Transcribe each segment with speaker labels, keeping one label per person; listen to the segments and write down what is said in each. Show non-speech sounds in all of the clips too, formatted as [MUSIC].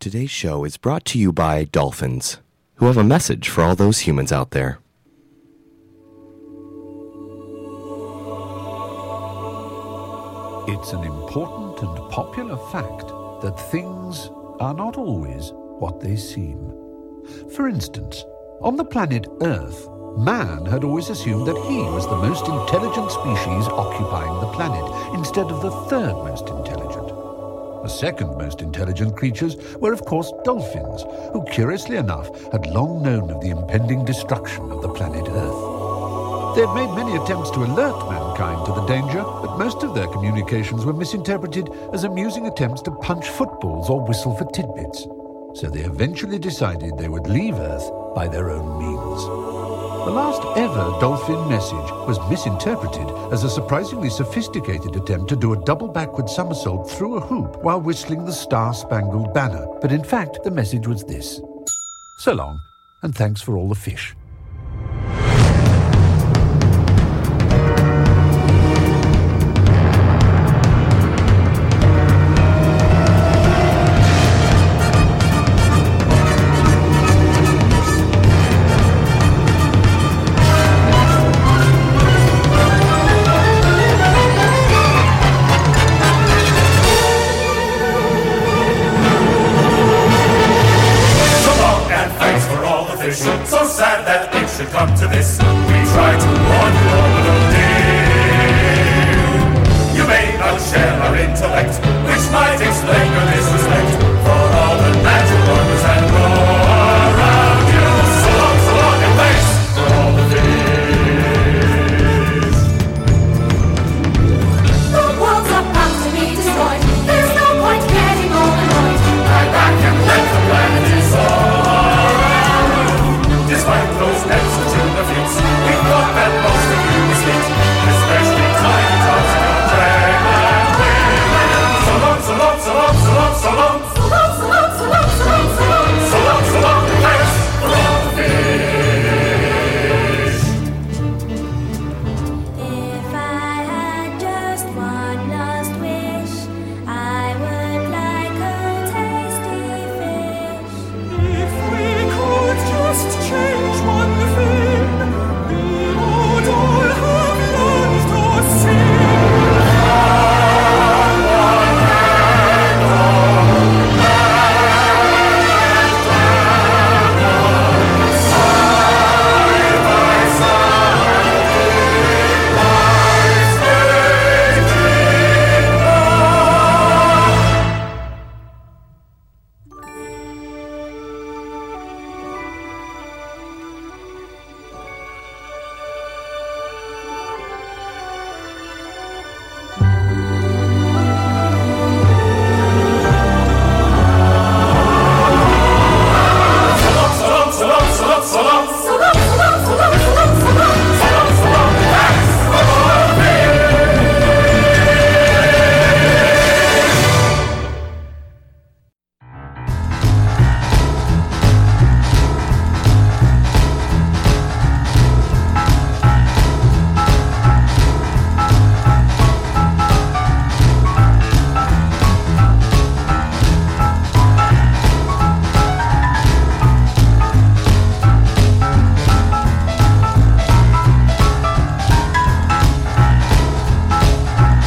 Speaker 1: Today's show is brought to you by dolphins, who have a message for all those humans out there.
Speaker 2: It's an important and popular fact that things are not always what they seem. For instance, on the planet Earth, man had always assumed that he was the most intelligent species occupying the planet, instead of the third most intelligent. The second most intelligent creatures were, of course, dolphins, who, curiously enough, had long known of the impending destruction of the planet Earth. They had made many attempts to alert mankind to the danger, but most of their communications were misinterpreted as amusing attempts to punch footballs or whistle for tidbits. So they eventually decided they would leave Earth by their own means. The last ever dolphin message was misinterpreted as a surprisingly sophisticated attempt to do a double backward somersault through a hoop while whistling the Star Spangled Banner. But in fact, the message was this So long, and thanks for all the fish.
Speaker 3: So long and thanks for all the fish. So sad that it should come to this. We tried to warn you all, but oh dear. You may not share our intellect, which might explain your disrespect for all the natural wonders and more around you. So long, so long and thanks for all the fish.
Speaker 4: The world's about to be destroyed. There's no point getting all annoyed.
Speaker 3: Lie back and let the planet dissolve. Despite those nets that you refuse, we thought that most of you were sweet, especially tiny tots your pregnant women. So long, so long, so long, so long, so long,
Speaker 4: So long, so long, so long, so long, so long.
Speaker 3: so long, so long, thanks for all the
Speaker 4: If I had just one last wish, I would like a tasty fish. If we could just change one thing, we would all have learned to sing.
Speaker 3: So long, so long, so long, so long,
Speaker 4: So long, so long, so long, so long, so long.
Speaker 3: so long, so long, thanks for all the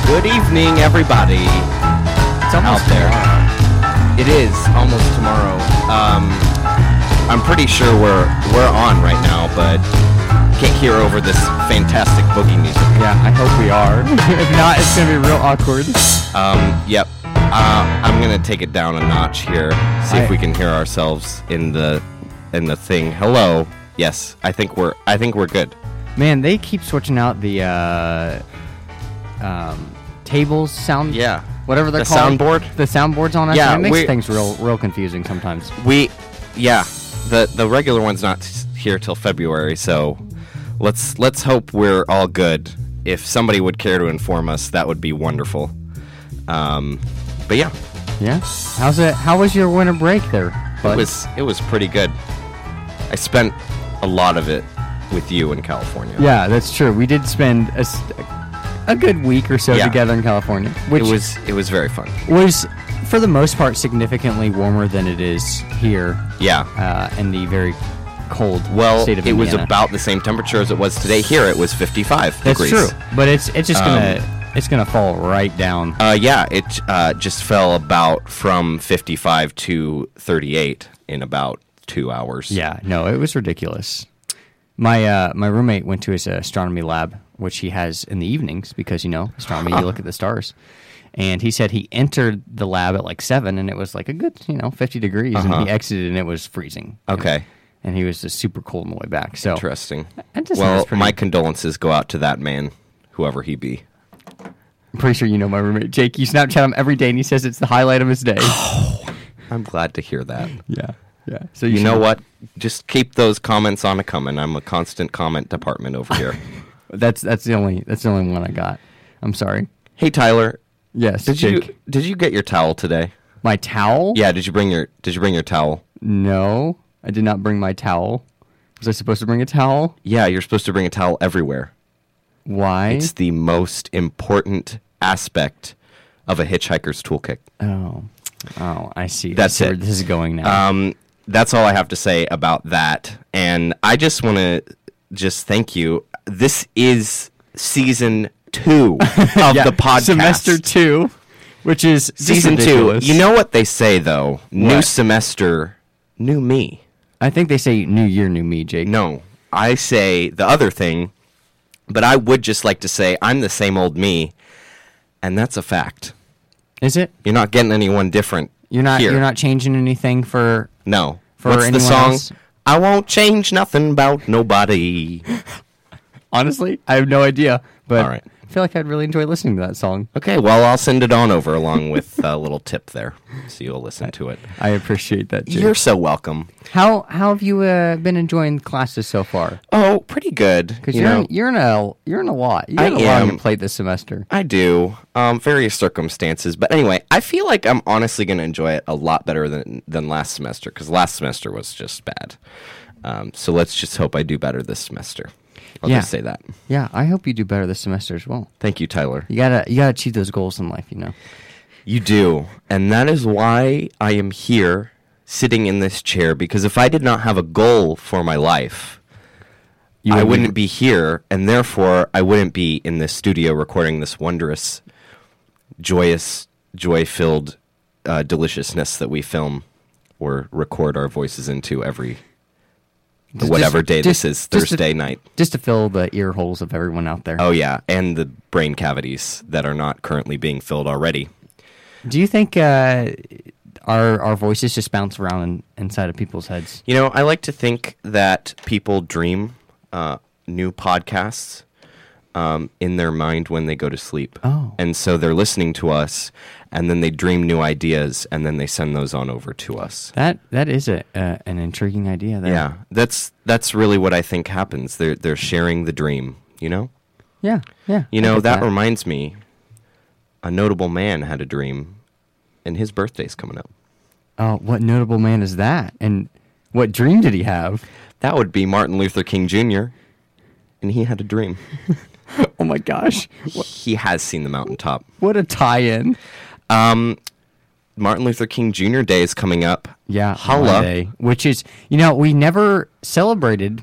Speaker 5: Good evening, everybody out there. It is almost tomorrow. Um, I'm pretty sure we're we're on right now, but can't hear over this fantastic boogie music.
Speaker 6: Yeah, I hope we are. [LAUGHS] if not, it's gonna be real awkward.
Speaker 5: Um, yep. Uh, I'm gonna take it down a notch here. See if
Speaker 6: I-
Speaker 5: we can hear ourselves in the in the thing. Hello. Yes, I think we're I think we're good.
Speaker 6: Man, they keep switching out the uh, um, tables, sound,
Speaker 5: Yeah.
Speaker 6: whatever they're
Speaker 5: The
Speaker 6: called.
Speaker 5: soundboard?
Speaker 6: The soundboard's on us.
Speaker 5: Yeah,
Speaker 6: and it makes
Speaker 5: we-
Speaker 6: things real, real confusing sometimes.
Speaker 5: We, yeah, the the regular one's not s- here till February, so let's let's hope we're all good. If somebody would care to inform us, that would be wonderful. Um, but yeah,
Speaker 6: Yeah. How's it? How was your winter break there?
Speaker 5: it
Speaker 6: bud?
Speaker 5: was it was pretty good. I spent a lot of it with you in California.
Speaker 6: Yeah, that's true. We did spend a, s- a good week or so
Speaker 5: Yeah.
Speaker 6: together in California,
Speaker 5: it
Speaker 6: which
Speaker 5: was it was very fun.
Speaker 6: was for the most part, significantly warmer than it is here
Speaker 5: Yeah.
Speaker 6: uh, in the very cold
Speaker 5: Well,
Speaker 6: state of
Speaker 5: it was
Speaker 6: Indiana.
Speaker 5: about the same temperature as it was today. Here, it was 55
Speaker 6: That's
Speaker 5: degrees.
Speaker 6: true, but it's it's just gonna it's gonna fall right down.
Speaker 5: Um, Uh, yeah, it uh, just fell about from 55 to 38 in about two hours.
Speaker 6: Yeah, no, it was ridiculous. My uh, my roommate went to his astronomy lab, which he has in the evenings because you know astronomy, you look at the stars. And he said he entered the lab at like seven, and it was like a good you know fifty degrees, and he exited, and it was freezing.
Speaker 5: Uh-huh. Okay.
Speaker 6: and he was just super cold on the way back. So
Speaker 5: Interesting.
Speaker 6: I just think
Speaker 5: well,
Speaker 6: that's pretty-
Speaker 5: my condolences go out to that man, whoever he be.
Speaker 6: I'm pretty sure you know my roommate Jake. You Snapchat him every day, and he says it's the highlight of his
Speaker 5: [GASPS]
Speaker 6: day.
Speaker 5: I'm glad to hear that.
Speaker 6: yeah, yeah. So
Speaker 5: You
Speaker 6: should-
Speaker 5: know what? Just keep those comments on a coming. I'm a constant comment department over here.
Speaker 6: That's that's the only that's the only one I got. I'm sorry.
Speaker 5: [LAUGHS] hey, Tyler,
Speaker 6: Yes,
Speaker 5: did
Speaker 6: Jake.
Speaker 5: you did you get your towel today?
Speaker 6: my towel?
Speaker 5: Yeah, did you bring your did you bring your towel?
Speaker 6: No, I did not bring my towel. Was I supposed to bring a towel?
Speaker 5: Yeah, you're supposed to bring a towel everywhere.
Speaker 6: Why?
Speaker 5: It's the most important aspect of a hitchhiker's toolkit.
Speaker 6: oh, oh, I see.
Speaker 5: That's
Speaker 6: I see where
Speaker 5: it.
Speaker 6: this is going now.
Speaker 5: Um, that's all I have to say about that. And I just want to just thank you. This is season two
Speaker 6: [LAUGHS]
Speaker 5: of
Speaker 6: Yeah,
Speaker 5: the podcast.
Speaker 6: semester two, which is just
Speaker 5: season two.
Speaker 6: ridiculous.
Speaker 5: You know what they say though? New
Speaker 6: What?
Speaker 5: semester, new me.
Speaker 6: I think they say New Year, New Me, Jake.
Speaker 5: No, I say the other thing, but I would just like to say I'm the same old me, and that's a fact.
Speaker 6: is it?
Speaker 5: You're not getting anyone different.
Speaker 6: You're not.
Speaker 5: here.
Speaker 6: You're not changing anything for.
Speaker 5: No.
Speaker 6: For
Speaker 5: What's the
Speaker 6: anyone
Speaker 5: song?
Speaker 6: else?
Speaker 5: I won't change nothing about nobody.
Speaker 6: Honestly, I have no idea. But
Speaker 5: All right.
Speaker 6: I feel like I'd really enjoy listening to that song.
Speaker 5: Okay, well, I'll send it on over along with
Speaker 6: [LAUGHS]
Speaker 5: a little tip there, so you'll listen to it.
Speaker 6: I appreciate that. Jake.
Speaker 5: You're so welcome.
Speaker 6: How how have you uh, been enjoying classes so far?
Speaker 5: Oh, pretty good.
Speaker 6: Because
Speaker 5: you
Speaker 6: you are
Speaker 5: know,
Speaker 6: in, you're in a you're in a lot. You're
Speaker 5: I
Speaker 6: in a lot on your
Speaker 5: am.
Speaker 6: plate this semester.
Speaker 5: I do. Um, various circumstances, but anyway, I feel like I'm honestly going to enjoy it a lot better than than last semester because last semester was just bad. Um, so let's just hope I do better this semester. I'll
Speaker 6: Yeah.
Speaker 5: just say that.
Speaker 6: Yeah, I hope you do better this semester as well.
Speaker 5: Thank you, Tyler.
Speaker 6: You gotta you gotta achieve those goals in life, you know.
Speaker 5: You do. And that is why I am here sitting in this chair because if I did not have a goal for my life,
Speaker 6: You
Speaker 5: I wouldn't be here and therefore I wouldn't be in this studio recording this wondrous, joyous, joy filled uh, deliciousness that we film or record our voices into every. the
Speaker 6: Just-
Speaker 5: whatever day
Speaker 6: just-
Speaker 5: this is,
Speaker 6: just to-
Speaker 5: Thursday night.
Speaker 6: just to fill the ear holes of everyone out there.
Speaker 5: Oh, yeah. And the brain cavities that are not currently being filled already.
Speaker 6: Do you think uh, our our voices just bounce around in, inside of people's heads?
Speaker 5: You know, I like to think that people dream uh, new podcasts um, in their mind when they go to sleep.
Speaker 6: Oh.
Speaker 5: And so they're listening to us, and then they dream new ideas, and then they send those on over to us.
Speaker 6: That that is a uh, an intriguing idea. There.
Speaker 5: Yeah, that's that's really what I think happens. They're they're sharing the dream, you know.
Speaker 6: yeah, yeah.
Speaker 5: You
Speaker 6: I
Speaker 5: know
Speaker 6: get
Speaker 5: that, reminds me, a notable man had a dream, and his birthday's coming up.
Speaker 6: oh, what notable man is that? And what dream did he have?
Speaker 5: That would be Martin Luther King Jr. And he had a dream.
Speaker 6: Oh my gosh,
Speaker 5: He has seen the mountaintop.
Speaker 6: what a tie-in!
Speaker 5: Martin Luther King Jr. Day is coming up.
Speaker 6: Yeah,
Speaker 5: Holla.
Speaker 6: holiday, which is you know we never celebrated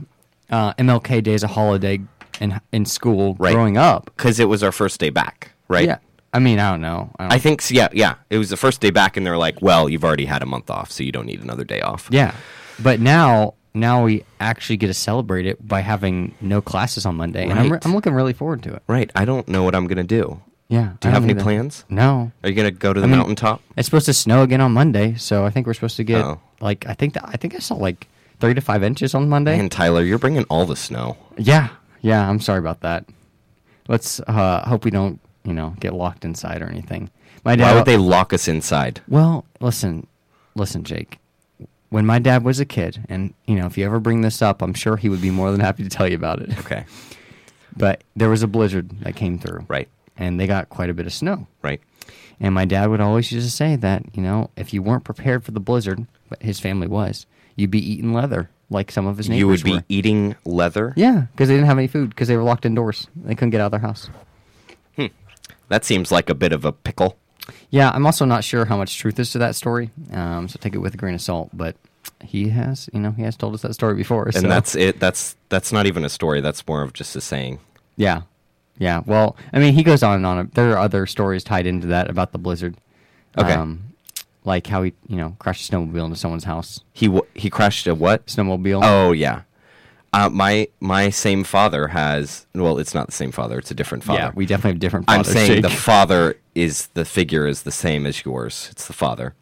Speaker 6: uh, MLK Day as a holiday in in school
Speaker 5: Right.
Speaker 6: growing up.
Speaker 5: Because it was our first day back, right?
Speaker 6: Yeah, I mean I don't know. I don't,
Speaker 5: I think, yeah, yeah. It was the first day back, and they're like, well, you've already had a month off, so you don't need another day off.
Speaker 6: yeah, but now now we actually get to celebrate it by having no classes on Monday, and I'm, re-
Speaker 5: Right.
Speaker 6: I'm looking really forward to it.
Speaker 5: Right. I don't know what I'm going to do.
Speaker 6: Yeah.
Speaker 5: Do you
Speaker 6: I
Speaker 5: have any
Speaker 6: don't either.
Speaker 5: plans?
Speaker 6: No.
Speaker 5: Are you going to go to the
Speaker 6: mean-
Speaker 5: mountaintop?
Speaker 6: It's supposed to snow again on Monday, so I think we're supposed to get
Speaker 5: Oh.
Speaker 6: like I think that I think I saw like three to five inches on Monday.
Speaker 5: And Tyler, you're bringing all the snow.
Speaker 6: Yeah, yeah. I'm sorry about that. Let's uh, hope we don't, you know, get locked inside or anything. My dad.
Speaker 5: Why would they lock us inside?
Speaker 6: Well, listen, listen, Jake. When my dad was a kid, and you know, if you ever bring this up, I'm sure he would be more than happy to tell you about it.
Speaker 5: Okay.
Speaker 6: But there was a blizzard that came through,
Speaker 5: Right.
Speaker 6: And they got quite a bit of snow.
Speaker 5: Right.
Speaker 6: And my dad would always used to say that, you know, if you weren't prepared for the blizzard, but his family was, you'd be eating leather like some of his neighbors
Speaker 5: You would be
Speaker 6: were.
Speaker 5: eating leather?
Speaker 6: Yeah, because they didn't have any food because they were locked indoors. They couldn't get out of their house.
Speaker 5: That seems like a bit of a pickle.
Speaker 6: Yeah, I'm also not sure how much truth is to that story, um, so take it with a grain of salt. But he has, you know, he has told us that story before.
Speaker 5: And
Speaker 6: so-
Speaker 5: that's it. That's that's not even a story. That's more of just a saying.
Speaker 6: yeah, yeah. Well, I mean, he goes on and on. There are other stories tied into that about the blizzard.
Speaker 5: Okay.
Speaker 6: Um, like how he, you know, crashed a snowmobile into someone's house.
Speaker 5: He w- he crashed a what?
Speaker 6: Snowmobile.
Speaker 5: Oh yeah. Uh, my my same father has well, it's not the same father. It's a different father.
Speaker 6: yeah. [LAUGHS] We definitely have different.
Speaker 5: I'm
Speaker 6: fathers,
Speaker 5: saying the
Speaker 6: Jake.
Speaker 5: father is the figure is the same as yours. It's the father.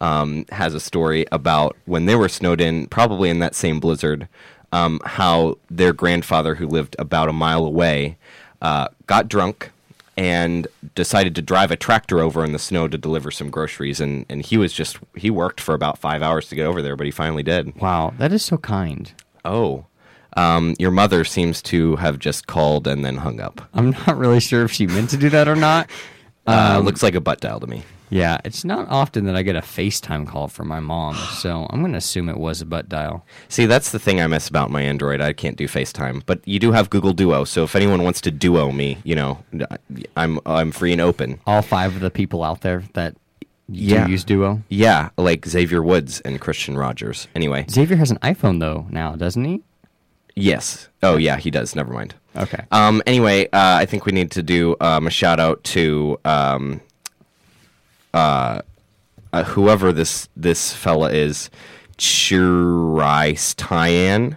Speaker 5: Um, has a story about when they were snowed in, probably in that same blizzard, um, how their grandfather, who lived about a mile away, uh, got drunk and decided to drive a tractor over in the snow to deliver some groceries. And, and he was just, he worked for about five hours to get over there, but he finally did.
Speaker 6: wow, that is so kind.
Speaker 5: Oh. Um, your mother seems to have just called and then hung up.
Speaker 6: I'm [LAUGHS] not really sure if she meant to do that or not.
Speaker 5: Uh, looks like a butt dial to me.
Speaker 6: Yeah, it's not often that I get a FaceTime call from
Speaker 5: [SIGHS]
Speaker 6: my mom, so I'm going to assume it was a butt dial.
Speaker 5: See, that's the thing I miss about my Android. I can't do FaceTime, but you do have Google Duo. So if anyone wants to duo me, you know, I'm I'm free and open.
Speaker 6: All five of the people out there that do
Speaker 5: Yeah.
Speaker 6: use Duo.
Speaker 5: Yeah, like Xavier Woods and Christian Rogers. Anyway,
Speaker 6: Xavier has an iPhone though now, doesn't he?
Speaker 5: yes. Oh yeah, he does. Never mind.
Speaker 6: Okay.
Speaker 5: Um. Anyway, uh, I think we need to do um, a shout out to um, uh, uh, whoever this this fella is, Chirice Tyan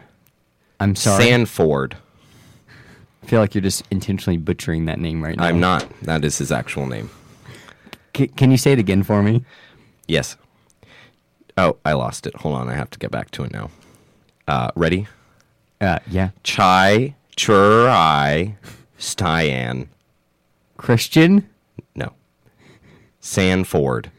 Speaker 6: I'm sorry.
Speaker 5: Sanford.
Speaker 6: I feel like you're just intentionally butchering that name right now.
Speaker 5: I'm not. That is his actual name.
Speaker 6: C- can you say it again for me?
Speaker 5: Yes. Oh, I lost it. Hold on, I have to get back to it now. Uh, ready?
Speaker 6: Uh, yeah.
Speaker 5: Chai Churai Stian.
Speaker 6: Christian.
Speaker 5: No. Sanford.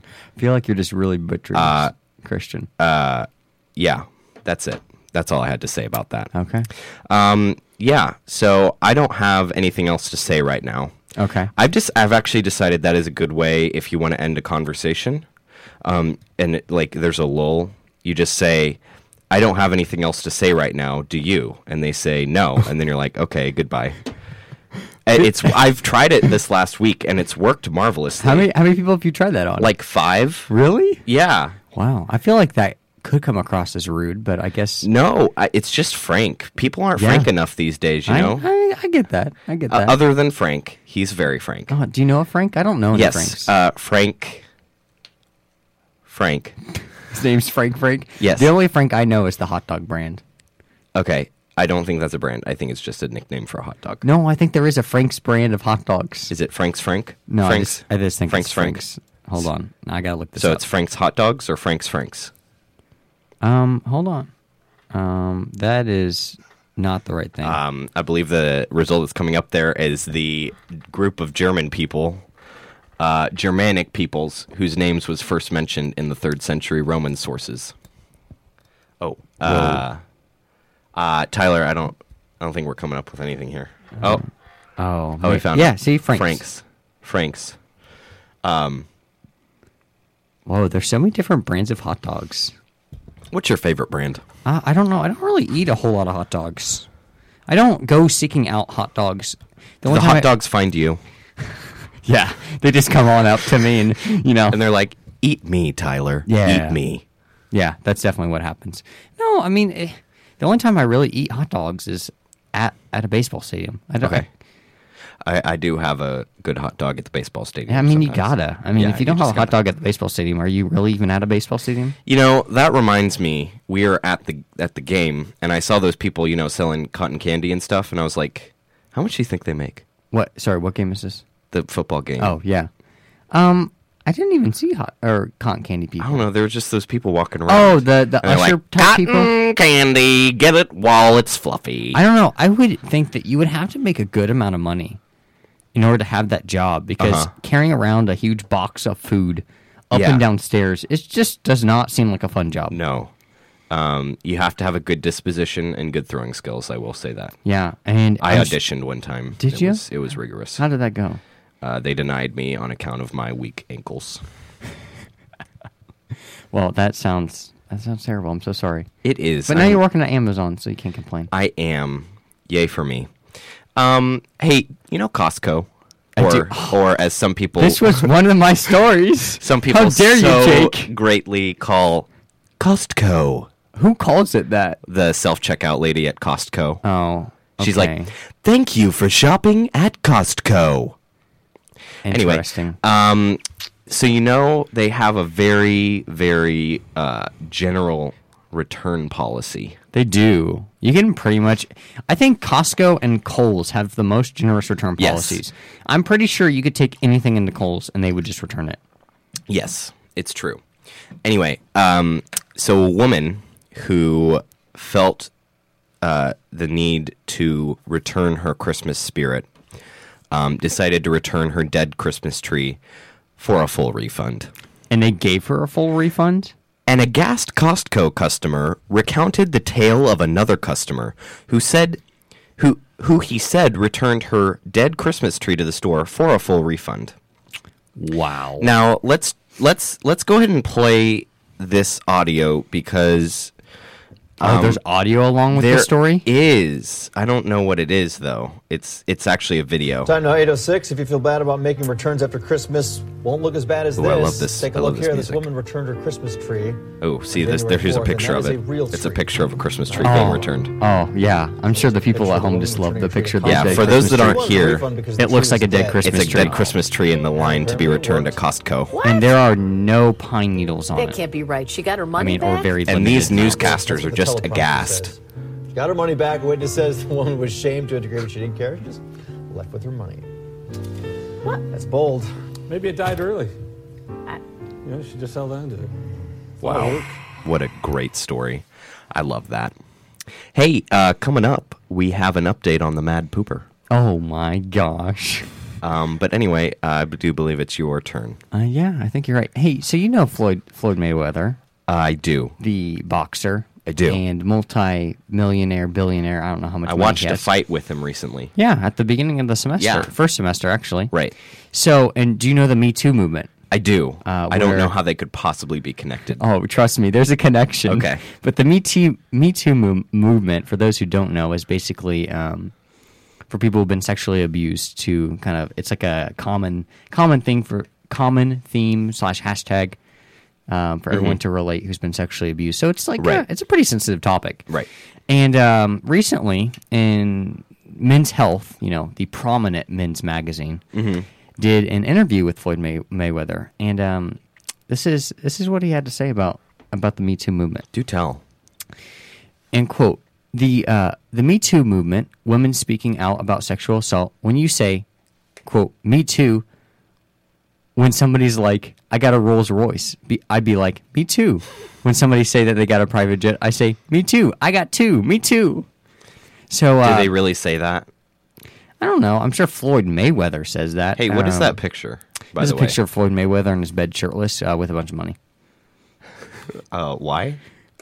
Speaker 6: I feel like you're just really butchering this.
Speaker 5: Uh,
Speaker 6: Christian.
Speaker 5: Yeah, that's it. That's all I had to say about that.
Speaker 6: okay.
Speaker 5: Um, yeah. So I don't have anything else to say right now.
Speaker 6: Okay.
Speaker 5: I've just I've actually decided that is a good way if you want to end a conversation, um, and it, like there's a lull, you just say, "I don't have anything else to say right now. Do you?" And they say no, and then you're like, "Okay, goodbye." And
Speaker 6: [LAUGHS]
Speaker 5: it's I've tried it this last week and it's worked marvelously.
Speaker 6: How many how many people have you tried that on?
Speaker 5: Like five?
Speaker 6: really?
Speaker 5: Yeah.
Speaker 6: Wow. I feel like that could come across as rude, but I guess
Speaker 5: No, I, it's just frank. People aren't
Speaker 6: Yeah.
Speaker 5: frank enough these days, you
Speaker 6: I,
Speaker 5: know.
Speaker 6: I, I get that. I get
Speaker 5: Uh,
Speaker 6: that.
Speaker 5: other than Frank, he's very frank.
Speaker 6: God, Uh, do you know a Frank? I don't know any
Speaker 5: yes,
Speaker 6: Franks.
Speaker 5: uh, Frank. Frank.
Speaker 6: His name's Frank Frank.
Speaker 5: Yes.
Speaker 6: The only Frank I know is the hot dog brand.
Speaker 5: Okay. I don't think that's a brand. I think it's just a nickname for a hot dog.
Speaker 6: No, I think there is a Frank's brand of hot dogs.
Speaker 5: Is it Frank's Frank?
Speaker 6: no, I
Speaker 5: Frank's.
Speaker 6: just, I just think
Speaker 5: Frank's
Speaker 6: it's
Speaker 5: Frank.
Speaker 6: Frank's. Hold on, I gotta look this
Speaker 5: So
Speaker 6: up.
Speaker 5: it's Frank's hot dogs or Frank's Frank's?
Speaker 6: um, hold on. Um, that is not the right thing.
Speaker 5: Um, I believe the result that's coming up there is the group of German people, uh, Germanic peoples, whose names was first mentioned in the third century Roman sources. Oh, uh, uh, Tyler, I don't, I don't think we're coming up with anything here. Oh,
Speaker 6: oh,
Speaker 5: oh,
Speaker 6: ma-
Speaker 5: we found
Speaker 6: Yeah,
Speaker 5: it.
Speaker 6: see Frank's.
Speaker 5: Frank's, Frank's.
Speaker 6: Whoa, there's so many different brands of hot dogs.
Speaker 5: What's your favorite brand?
Speaker 6: Uh, I don't know. I don't really eat a whole lot of hot dogs. I don't go seeking out hot dogs.
Speaker 5: The
Speaker 6: only time
Speaker 5: hot
Speaker 6: I-
Speaker 5: dogs find you.
Speaker 6: yeah, [LAUGHS] they just come on up to me, and you know,
Speaker 5: and they're like, "Eat me, Tyler.
Speaker 6: Yeah.
Speaker 5: Eat me."
Speaker 6: Yeah, that's definitely what happens. No, I mean, eh, the only time I really eat hot dogs is at at a baseball stadium. I don't,
Speaker 5: Okay. I, I do have a good hot dog at the baseball stadium.
Speaker 6: I, mean, you
Speaker 5: sometimes.
Speaker 6: gotta. I mean,
Speaker 5: Yeah,
Speaker 6: if you don't
Speaker 5: just
Speaker 6: have a hot
Speaker 5: gotta.
Speaker 6: dog at the baseball stadium, are you really even at a baseball stadium?
Speaker 5: you know that reminds me, we are at the at the game, and I saw those people, you know, selling cotton candy and stuff, and I was like, "How much do you think they make?"
Speaker 6: What? Sorry, what game is this?
Speaker 5: The football game.
Speaker 6: Oh yeah, um, I didn't even see hot or cotton candy
Speaker 5: I
Speaker 6: people.
Speaker 5: don't know. There were just those people walking around.
Speaker 6: Oh, the the
Speaker 5: And they're
Speaker 6: usher
Speaker 5: like,
Speaker 6: type
Speaker 5: cotton
Speaker 6: people.
Speaker 5: candy, get it while it's fluffy.
Speaker 6: I don't know. I would think that you would have to make a good amount of money in order to have that job because
Speaker 5: Uh-huh.
Speaker 6: carrying around a huge box of food up
Speaker 5: Yeah.
Speaker 6: and downstairs it just does not seem like a fun job.
Speaker 5: no, um, you have to have a good disposition and good throwing skills. I will say that.
Speaker 6: Yeah, and
Speaker 5: I
Speaker 6: I'm s-
Speaker 5: auditioned one time.
Speaker 6: Did
Speaker 5: it
Speaker 6: you?
Speaker 5: Was, it was rigorous.
Speaker 6: How did that go?
Speaker 5: Uh, they denied me on account of my weak ankles.
Speaker 6: Well, that sounds that sounds terrible. I'm so sorry.
Speaker 5: It is.
Speaker 6: But now
Speaker 5: I'm-
Speaker 6: you're working at Amazon, so you can't complain.
Speaker 5: I am. Yay for me. Um, hey, you know Costco?
Speaker 6: I
Speaker 5: or
Speaker 6: do-
Speaker 5: or as some people
Speaker 6: This was one
Speaker 5: [LAUGHS]
Speaker 6: of my
Speaker 5: Oh.
Speaker 6: stories.
Speaker 5: some people
Speaker 6: How dare
Speaker 5: so
Speaker 6: you, Jake?
Speaker 5: greatly call Costco
Speaker 6: Who calls it that?
Speaker 5: the self checkout lady at Costco.
Speaker 6: Oh,
Speaker 5: She's
Speaker 6: okay.
Speaker 5: like, "Thank you for shopping at Costco." Anyway,
Speaker 6: interesting.
Speaker 5: um, so you know they have a very very uh, general return policy.
Speaker 6: They do. You can pretty much. I think Costco and Kohl's have the most generous return
Speaker 5: Yes.
Speaker 6: policies. I'm pretty sure you could take anything into Kohl's and they would just return it.
Speaker 5: Yes, it's true. Anyway, um, so a woman who felt uh, the need to return her Christmas spirit um, decided to return her dead Christmas tree for a full refund.
Speaker 6: And they gave her a full refund.
Speaker 5: An aghast Costco customer recounted the tale of another customer who said, who, who he said returned her dead Christmas tree to the store for a full refund.
Speaker 6: Wow.
Speaker 5: Now let's let's let's go ahead and play this audio because
Speaker 6: oh, there's audio along with
Speaker 5: Um, there
Speaker 6: the story.
Speaker 5: is I don't know what it is though. It's it's actually a video.
Speaker 7: Time now 806. If you feel bad about making returns after Christmas, won't look as bad as
Speaker 5: Ooh,
Speaker 7: this.
Speaker 5: I love this.
Speaker 7: Take a
Speaker 5: I love
Speaker 7: look
Speaker 5: this
Speaker 7: here.
Speaker 5: music.
Speaker 7: This woman returned her Christmas tree.
Speaker 5: Oh, see this there, here's a picture of it. It's a picture of a Christmas tree being returned.
Speaker 6: Oh yeah, I'm sure the people
Speaker 7: Picture
Speaker 6: at
Speaker 7: of the
Speaker 6: home
Speaker 7: woman
Speaker 6: just love the
Speaker 7: returning to
Speaker 6: picture. Of
Speaker 7: the
Speaker 6: the
Speaker 5: Yeah,
Speaker 6: dead
Speaker 5: for those
Speaker 6: Christmas
Speaker 5: that aren't
Speaker 6: tree.
Speaker 7: She wanted
Speaker 5: here,
Speaker 7: refund because the
Speaker 6: it looks
Speaker 7: tree
Speaker 6: like
Speaker 7: was
Speaker 6: a dead Christmas
Speaker 5: It's a
Speaker 6: tree.
Speaker 5: dead Christmas tree in the line to be returned at Costco.
Speaker 6: and there are no pine needles on
Speaker 8: That
Speaker 6: it.
Speaker 8: can't be right. She got her
Speaker 6: I
Speaker 8: money
Speaker 6: mean, or
Speaker 8: back?
Speaker 6: very
Speaker 5: And these
Speaker 6: limited.
Speaker 5: newscasters
Speaker 7: That's
Speaker 5: are
Speaker 7: what the
Speaker 5: just
Speaker 7: teleprompter
Speaker 5: aghast.
Speaker 7: says. She got her money back. Witness says the woman was shamed to a degree, but she didn't care. She just left with her money. What? That's bold.
Speaker 9: Maybe it died early. You know, she just held on to it.
Speaker 5: Wow. What a great story. I love that. Hey, uh, coming up, we have an update on the Mad Pooper.
Speaker 6: Oh my gosh.
Speaker 5: Um, but anyway, I do believe it's your turn.
Speaker 6: Uh, yeah, I think you're right. Hey, so you know Floyd Floyd Mayweather.
Speaker 5: I do.
Speaker 6: the boxer.
Speaker 5: I do.
Speaker 6: And multi-millionaire, billionaire. I don't know how much.
Speaker 5: I
Speaker 6: money
Speaker 5: watched
Speaker 6: he
Speaker 5: a
Speaker 6: has.
Speaker 5: fight with him recently.
Speaker 6: Yeah, at the beginning of the semester.
Speaker 5: Yeah.
Speaker 6: First semester, actually.
Speaker 5: Right.
Speaker 6: So, and do you know the Me Too movement?
Speaker 5: I do.
Speaker 6: Uh,
Speaker 5: I don't
Speaker 6: where-
Speaker 5: know how they could possibly be connected.
Speaker 6: Oh, trust me, there's a connection.
Speaker 5: Okay.
Speaker 6: [LAUGHS] But the Me Too, Me Too mo- movement, for those who don't know, is basically um, for people who've been sexually abused to kind of, it's like a common common thing for, common theme slash hashtag um, for everyone to relate who's been sexually abused. So it's like,
Speaker 5: Mm-hmm. Right.
Speaker 6: yeah, it's a pretty sensitive topic.
Speaker 5: Right.
Speaker 6: And um, recently in Men's Health, you know, the prominent men's magazine, did an interview with Floyd May- Mayweather, and um, this is this is what he had to say about about the Me Too movement.
Speaker 5: Do tell.
Speaker 6: And quote the uh, the Me Too movement, women speaking out about sexual assault. When you say, quote Me Too, when somebody's like, I got a Rolls Royce, be, I'd be like, Me too. When somebody say that they got a private jet, I say, Me too. I got two. Me too. So
Speaker 5: Did
Speaker 6: uh,
Speaker 5: they really say that?
Speaker 6: I don't know. I'm sure Floyd Mayweather says that.
Speaker 5: Hey, what is
Speaker 6: Um,
Speaker 5: that picture? By
Speaker 6: There's
Speaker 5: the
Speaker 6: a
Speaker 5: way,
Speaker 6: picture of Floyd Mayweather in his bed, shirtless, uh, with a bunch of money.
Speaker 5: Uh, why?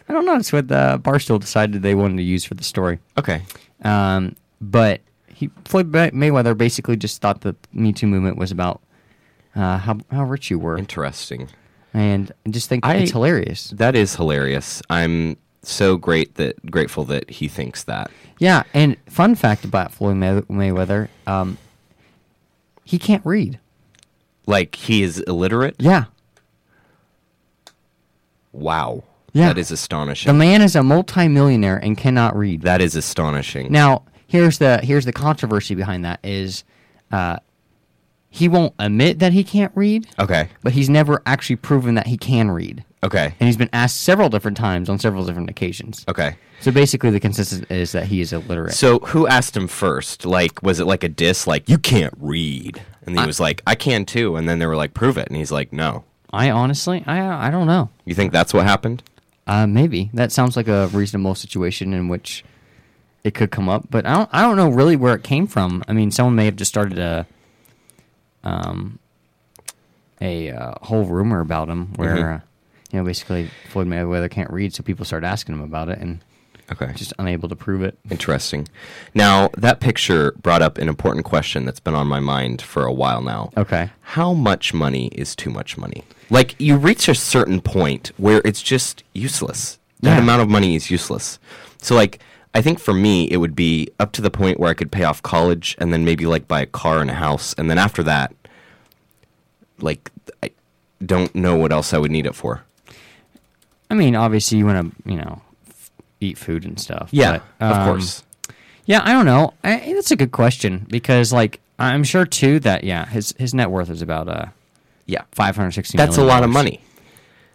Speaker 6: I don't know. It's what uh, Barstool decided they wanted to use for the story.
Speaker 5: Okay.
Speaker 6: Um, but he Floyd May- Mayweather basically just thought the Me Too movement was about uh, how how rich you were,
Speaker 5: Interesting.
Speaker 6: and I just think
Speaker 5: I-
Speaker 6: it's hilarious.
Speaker 5: That is hilarious. I'm so great that grateful that he thinks that.
Speaker 6: Yeah, and fun fact about Floyd May- Mayweather, um, he can't read.
Speaker 5: Like he is illiterate.
Speaker 6: Yeah,
Speaker 5: Wow.
Speaker 6: Yeah.
Speaker 5: That is
Speaker 6: the
Speaker 5: astonishing.
Speaker 6: man is a multimillionaire and cannot read.
Speaker 5: that is astonishing.
Speaker 6: Now, here's the here's the controversy behind that is, uh, he won't admit that he can't read,
Speaker 5: okay.
Speaker 6: but he's never actually proven that he can read,
Speaker 5: Okay.
Speaker 6: and he's been asked several different times on several different occasions.
Speaker 5: Okay.
Speaker 6: So basically, the consensus is that he is illiterate.
Speaker 5: So who asked him first? Like, was it like a diss? Like, you can't read, and he was like, I can too. And then they were like, prove it, and he's like, no.
Speaker 6: I honestly, I I don't know.
Speaker 5: You think that's what happened?
Speaker 6: Uh, maybe that sounds like a reasonable situation in which it could come up, but I don't I don't know really where it came from. I mean, someone may have just started a um a uh, whole rumor about him
Speaker 5: Mm-hmm.
Speaker 6: where uh, you know basically Floyd Mayweather can't read, so people start asking him about it and
Speaker 5: Okay.
Speaker 6: just unable to prove it.
Speaker 5: Interesting. Now, that picture brought up an important question that's been on my mind for a while now.
Speaker 6: Okay.
Speaker 5: How much money is too much money? Like, you reach a certain point where it's just useless. That
Speaker 6: Yeah.
Speaker 5: amount of money is useless. So, like, I think for me, it would be up to the point where I could pay off college and then maybe like buy a car and a house. And then after that, like, I don't know what else I would need it for.
Speaker 6: I mean, obviously you want to, you know, f- eat food and stuff.
Speaker 5: Yeah,
Speaker 6: but,
Speaker 5: of
Speaker 6: um,
Speaker 5: course.
Speaker 6: Yeah, I don't know. I, that's a good question because, like, I'm sure too that yeah, his his net worth is about uh
Speaker 5: Yeah.
Speaker 6: five hundred sixty.
Speaker 5: That's a lot of money.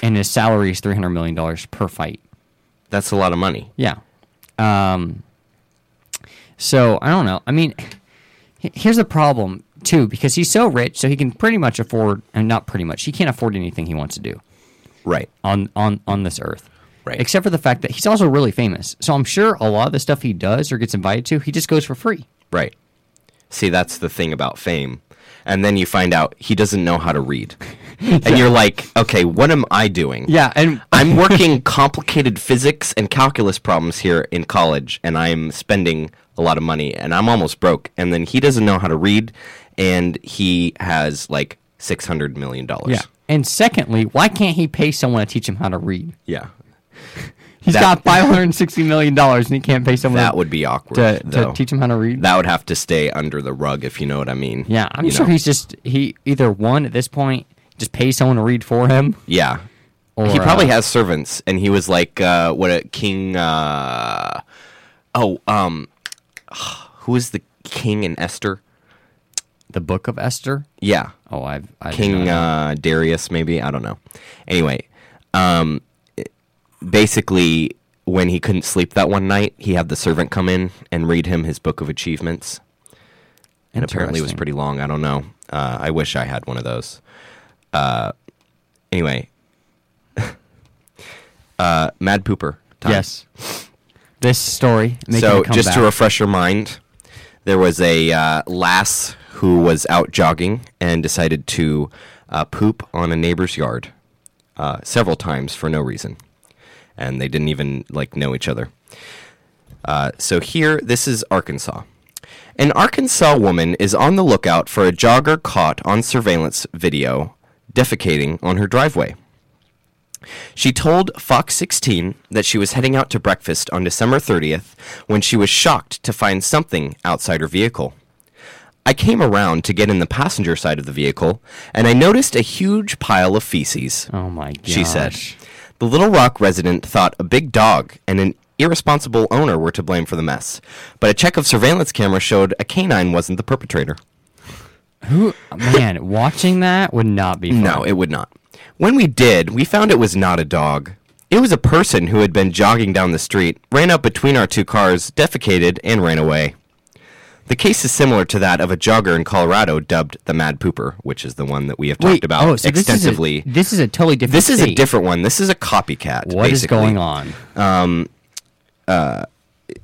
Speaker 6: and his salary is three hundred million dollars per fight.
Speaker 5: That's a lot of money.
Speaker 6: Yeah. Um, so I don't know. I mean, h- here's the problem too, because he's so rich, so he can pretty much afford, and not pretty much, he can't afford anything he wants to do
Speaker 5: Right.
Speaker 6: on on on this earth.
Speaker 5: Right.
Speaker 6: Except for the fact that he's also really famous. So I'm sure a lot of the stuff he does or gets invited to, he just goes for free.
Speaker 5: Right. See, that's the thing about fame. And then you find out he doesn't know how to
Speaker 6: [LAUGHS]
Speaker 5: read. And you're like, okay, what am I doing?
Speaker 6: Yeah, and
Speaker 5: [LAUGHS] I'm working complicated physics and calculus problems here in college, and I'm spending a lot of money, and I'm almost broke. And then he doesn't know how to read, and he has like $600 million.
Speaker 6: [LAUGHS] yeah. And secondly, why can't he pay someone to teach him how to read?
Speaker 5: Yeah.
Speaker 6: He's
Speaker 5: That-
Speaker 6: got five hundred and sixty million dollars, and he can't pay someone
Speaker 5: That would be awkward.
Speaker 6: to, to
Speaker 5: though.
Speaker 6: teach him how to read.
Speaker 5: that would have to stay under the rug, if you know what I mean.
Speaker 6: Yeah, I'm
Speaker 5: You
Speaker 6: sure
Speaker 5: know?
Speaker 6: he's just he either one at this point just pays someone to read for him.
Speaker 5: Yeah.
Speaker 6: Or,
Speaker 5: he probably
Speaker 6: uh,
Speaker 5: has servants, and he was like, uh, what a king. Uh, oh, um, [SIGHS] who is the king in Esther?
Speaker 6: The Book of Esther.
Speaker 5: Yeah.
Speaker 6: Oh, I've I did not
Speaker 5: King
Speaker 6: know.
Speaker 5: uh, Darius, maybe I don't know. Anyway, um, it- basically, when he couldn't sleep that one night, he had the servant come in and read him his book of achievements, and apparently it was
Speaker 6: Interesting.
Speaker 5: pretty long. I don't know. Uh, I wish I had one of those. Uh, anyway, [LAUGHS] uh, Mad Pooper. time.
Speaker 6: Yes. This story. Making
Speaker 5: So
Speaker 6: a
Speaker 5: just to
Speaker 6: comeback.
Speaker 5: refresh your mind, there was a uh, lass who was out jogging and decided to uh, poop on a neighbor's yard uh, several times for no reason, and they didn't even like know each other. Uh, so here, this is Arkansas. An Arkansas woman is on the lookout for a jogger caught on surveillance video defecating on her driveway. She told Fox 16 that she was heading out to breakfast on December 30th when she was shocked to find something outside her vehicle. I came around to get in the passenger side of the vehicle and I noticed a huge pile of feces.
Speaker 6: oh my gosh.
Speaker 5: She said. The Little Rock resident thought a big dog and an irresponsible owner were to blame for the mess, but a check of surveillance camera showed a canine wasn't the perpetrator.
Speaker 6: Man, watching that would not be fun.
Speaker 5: No, it would not. When we did, we found it was not a dog. It was a person who had been jogging down the street, ran up between our two cars, defecated, and ran away. The case is similar to that of a jogger in Colorado dubbed the Mad Pooper, which is the one that we have
Speaker 6: Wait,
Speaker 5: talked about
Speaker 6: oh, so
Speaker 5: extensively.
Speaker 6: This is, a, this is a totally different.
Speaker 5: This is a
Speaker 6: state.
Speaker 5: different one. This is a copycat.
Speaker 6: What is
Speaker 5: basically.
Speaker 6: going on?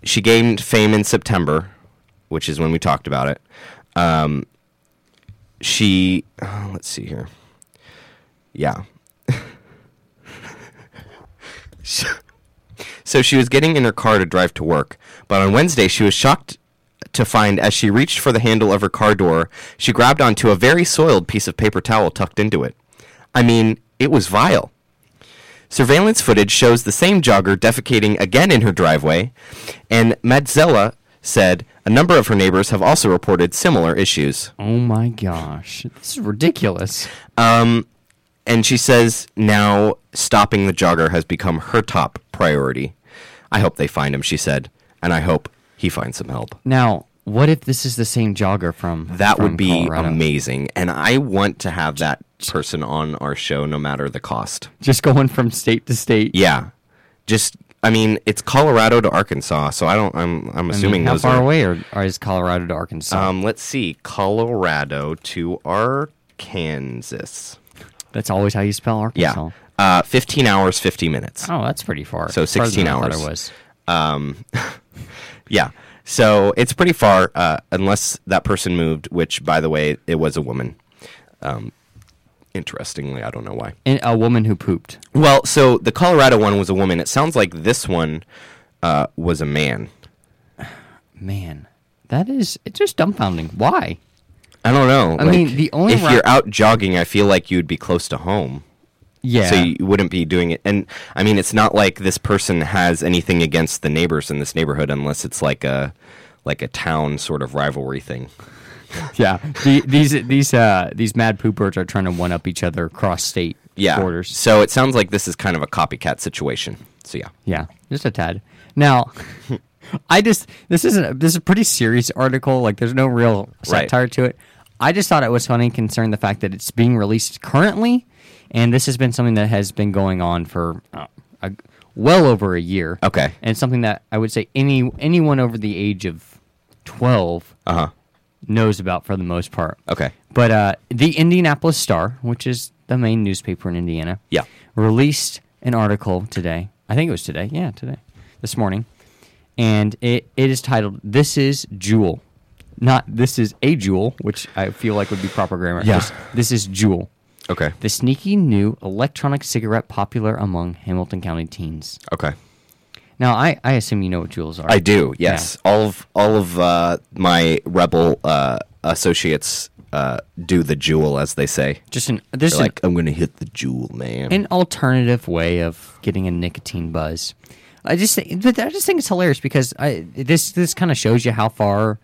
Speaker 5: she gained fame in September, which is when we talked about it. Um, she, uh, let's see here. Yeah. [LAUGHS] So- so she was getting in her car to drive to work, but on Wednesday she was shocked to find as she reached for the handle of her car door, she grabbed onto a very soiled piece of paper towel tucked into it. I mean, it was vile. Surveillance footage shows the same jogger defecating again in her driveway, and Madzella said a number of her neighbors have also reported similar issues.
Speaker 6: Oh my gosh, this is ridiculous.
Speaker 5: And she says now stopping the jogger has become her top priority. I hope they find him, she said, and I hope he finds some help.
Speaker 6: Now, what if this is the same jogger from
Speaker 5: That
Speaker 6: from
Speaker 5: would be
Speaker 6: Colorado?
Speaker 5: amazing, and I want to have that person on our show no matter the cost.
Speaker 6: Just going from state to state.
Speaker 5: Yeah. Just I mean, it's Colorado to Arkansas, so I don't I'm I'm
Speaker 6: I mean,
Speaker 5: assuming
Speaker 6: how
Speaker 5: those
Speaker 6: far
Speaker 5: are,
Speaker 6: away or, or is Colorado to Arkansas?
Speaker 5: Um, let's see, Colorado to Arkansas.
Speaker 6: That's always how you spell
Speaker 5: Yeah,
Speaker 6: Arkansas.
Speaker 5: uh, fifteen hours, fifty minutes.
Speaker 6: Oh, that's pretty far.
Speaker 5: So
Speaker 6: Farther
Speaker 5: 16
Speaker 6: than I thought
Speaker 5: hours.
Speaker 6: it was.
Speaker 5: Yeah, so it's pretty far, uh, unless that person moved. Which, by the way, it was a woman. Um, interestingly, I don't know why.
Speaker 6: And a woman who pooped.
Speaker 5: Well, so the Colorado one was a woman. It sounds like this one uh, was a man.
Speaker 6: Man, that is it's just dumbfounding. Why?
Speaker 5: I don't know.
Speaker 6: I mean, the only
Speaker 5: if
Speaker 6: ra-
Speaker 5: you're out jogging, I feel like you'd be close to home.
Speaker 6: Yeah.
Speaker 5: So you wouldn't be doing it. And I mean, it's not like this person has anything against the neighbors in this neighborhood, unless it's like a like a town sort of rivalry thing.
Speaker 6: [LAUGHS] yeah. The, these these uh these mad poopers are trying to one up each other across state
Speaker 5: Yeah.
Speaker 6: borders.
Speaker 5: So it sounds like this is kind of a copycat situation. So yeah.
Speaker 6: Yeah, just a tad. Now, [LAUGHS] I just this isn't a- this is a pretty serious article. Like, there's no real
Speaker 5: Right.
Speaker 6: satire to it. I just thought it was funny, concerning the fact that it's being released currently, and this has been something that has been going on for uh, a, well over a year.
Speaker 5: Okay.
Speaker 6: and something that I would say any anyone over the age of twelve
Speaker 5: Uh huh.
Speaker 6: knows about for the most part.
Speaker 5: Okay.
Speaker 6: But uh, the Indianapolis Star, which is the main newspaper in Indiana,
Speaker 5: Yeah.
Speaker 6: released an article today. I think it was today. Yeah, today, this morning, and it, it is titled "This is Jewel," not "This is a Jewel," which I feel like would be proper grammar.
Speaker 5: Yeah.
Speaker 6: Just, this is Jewel,
Speaker 5: Okay.
Speaker 6: the sneaky new electronic cigarette popular among Hamilton County teens.
Speaker 5: Okay.
Speaker 6: Now, I, I assume you know what jewels are.
Speaker 5: I do. Yes. All of all of uh, my rebel uh, associates uh, do the jewel, as they say.
Speaker 6: Just an there's
Speaker 5: They're
Speaker 6: an
Speaker 5: like, I'm gonna hit the jewel, man.
Speaker 6: an alternative way of getting a nicotine buzz. I just think, but I just think it's hilarious because I this this kind of shows you how far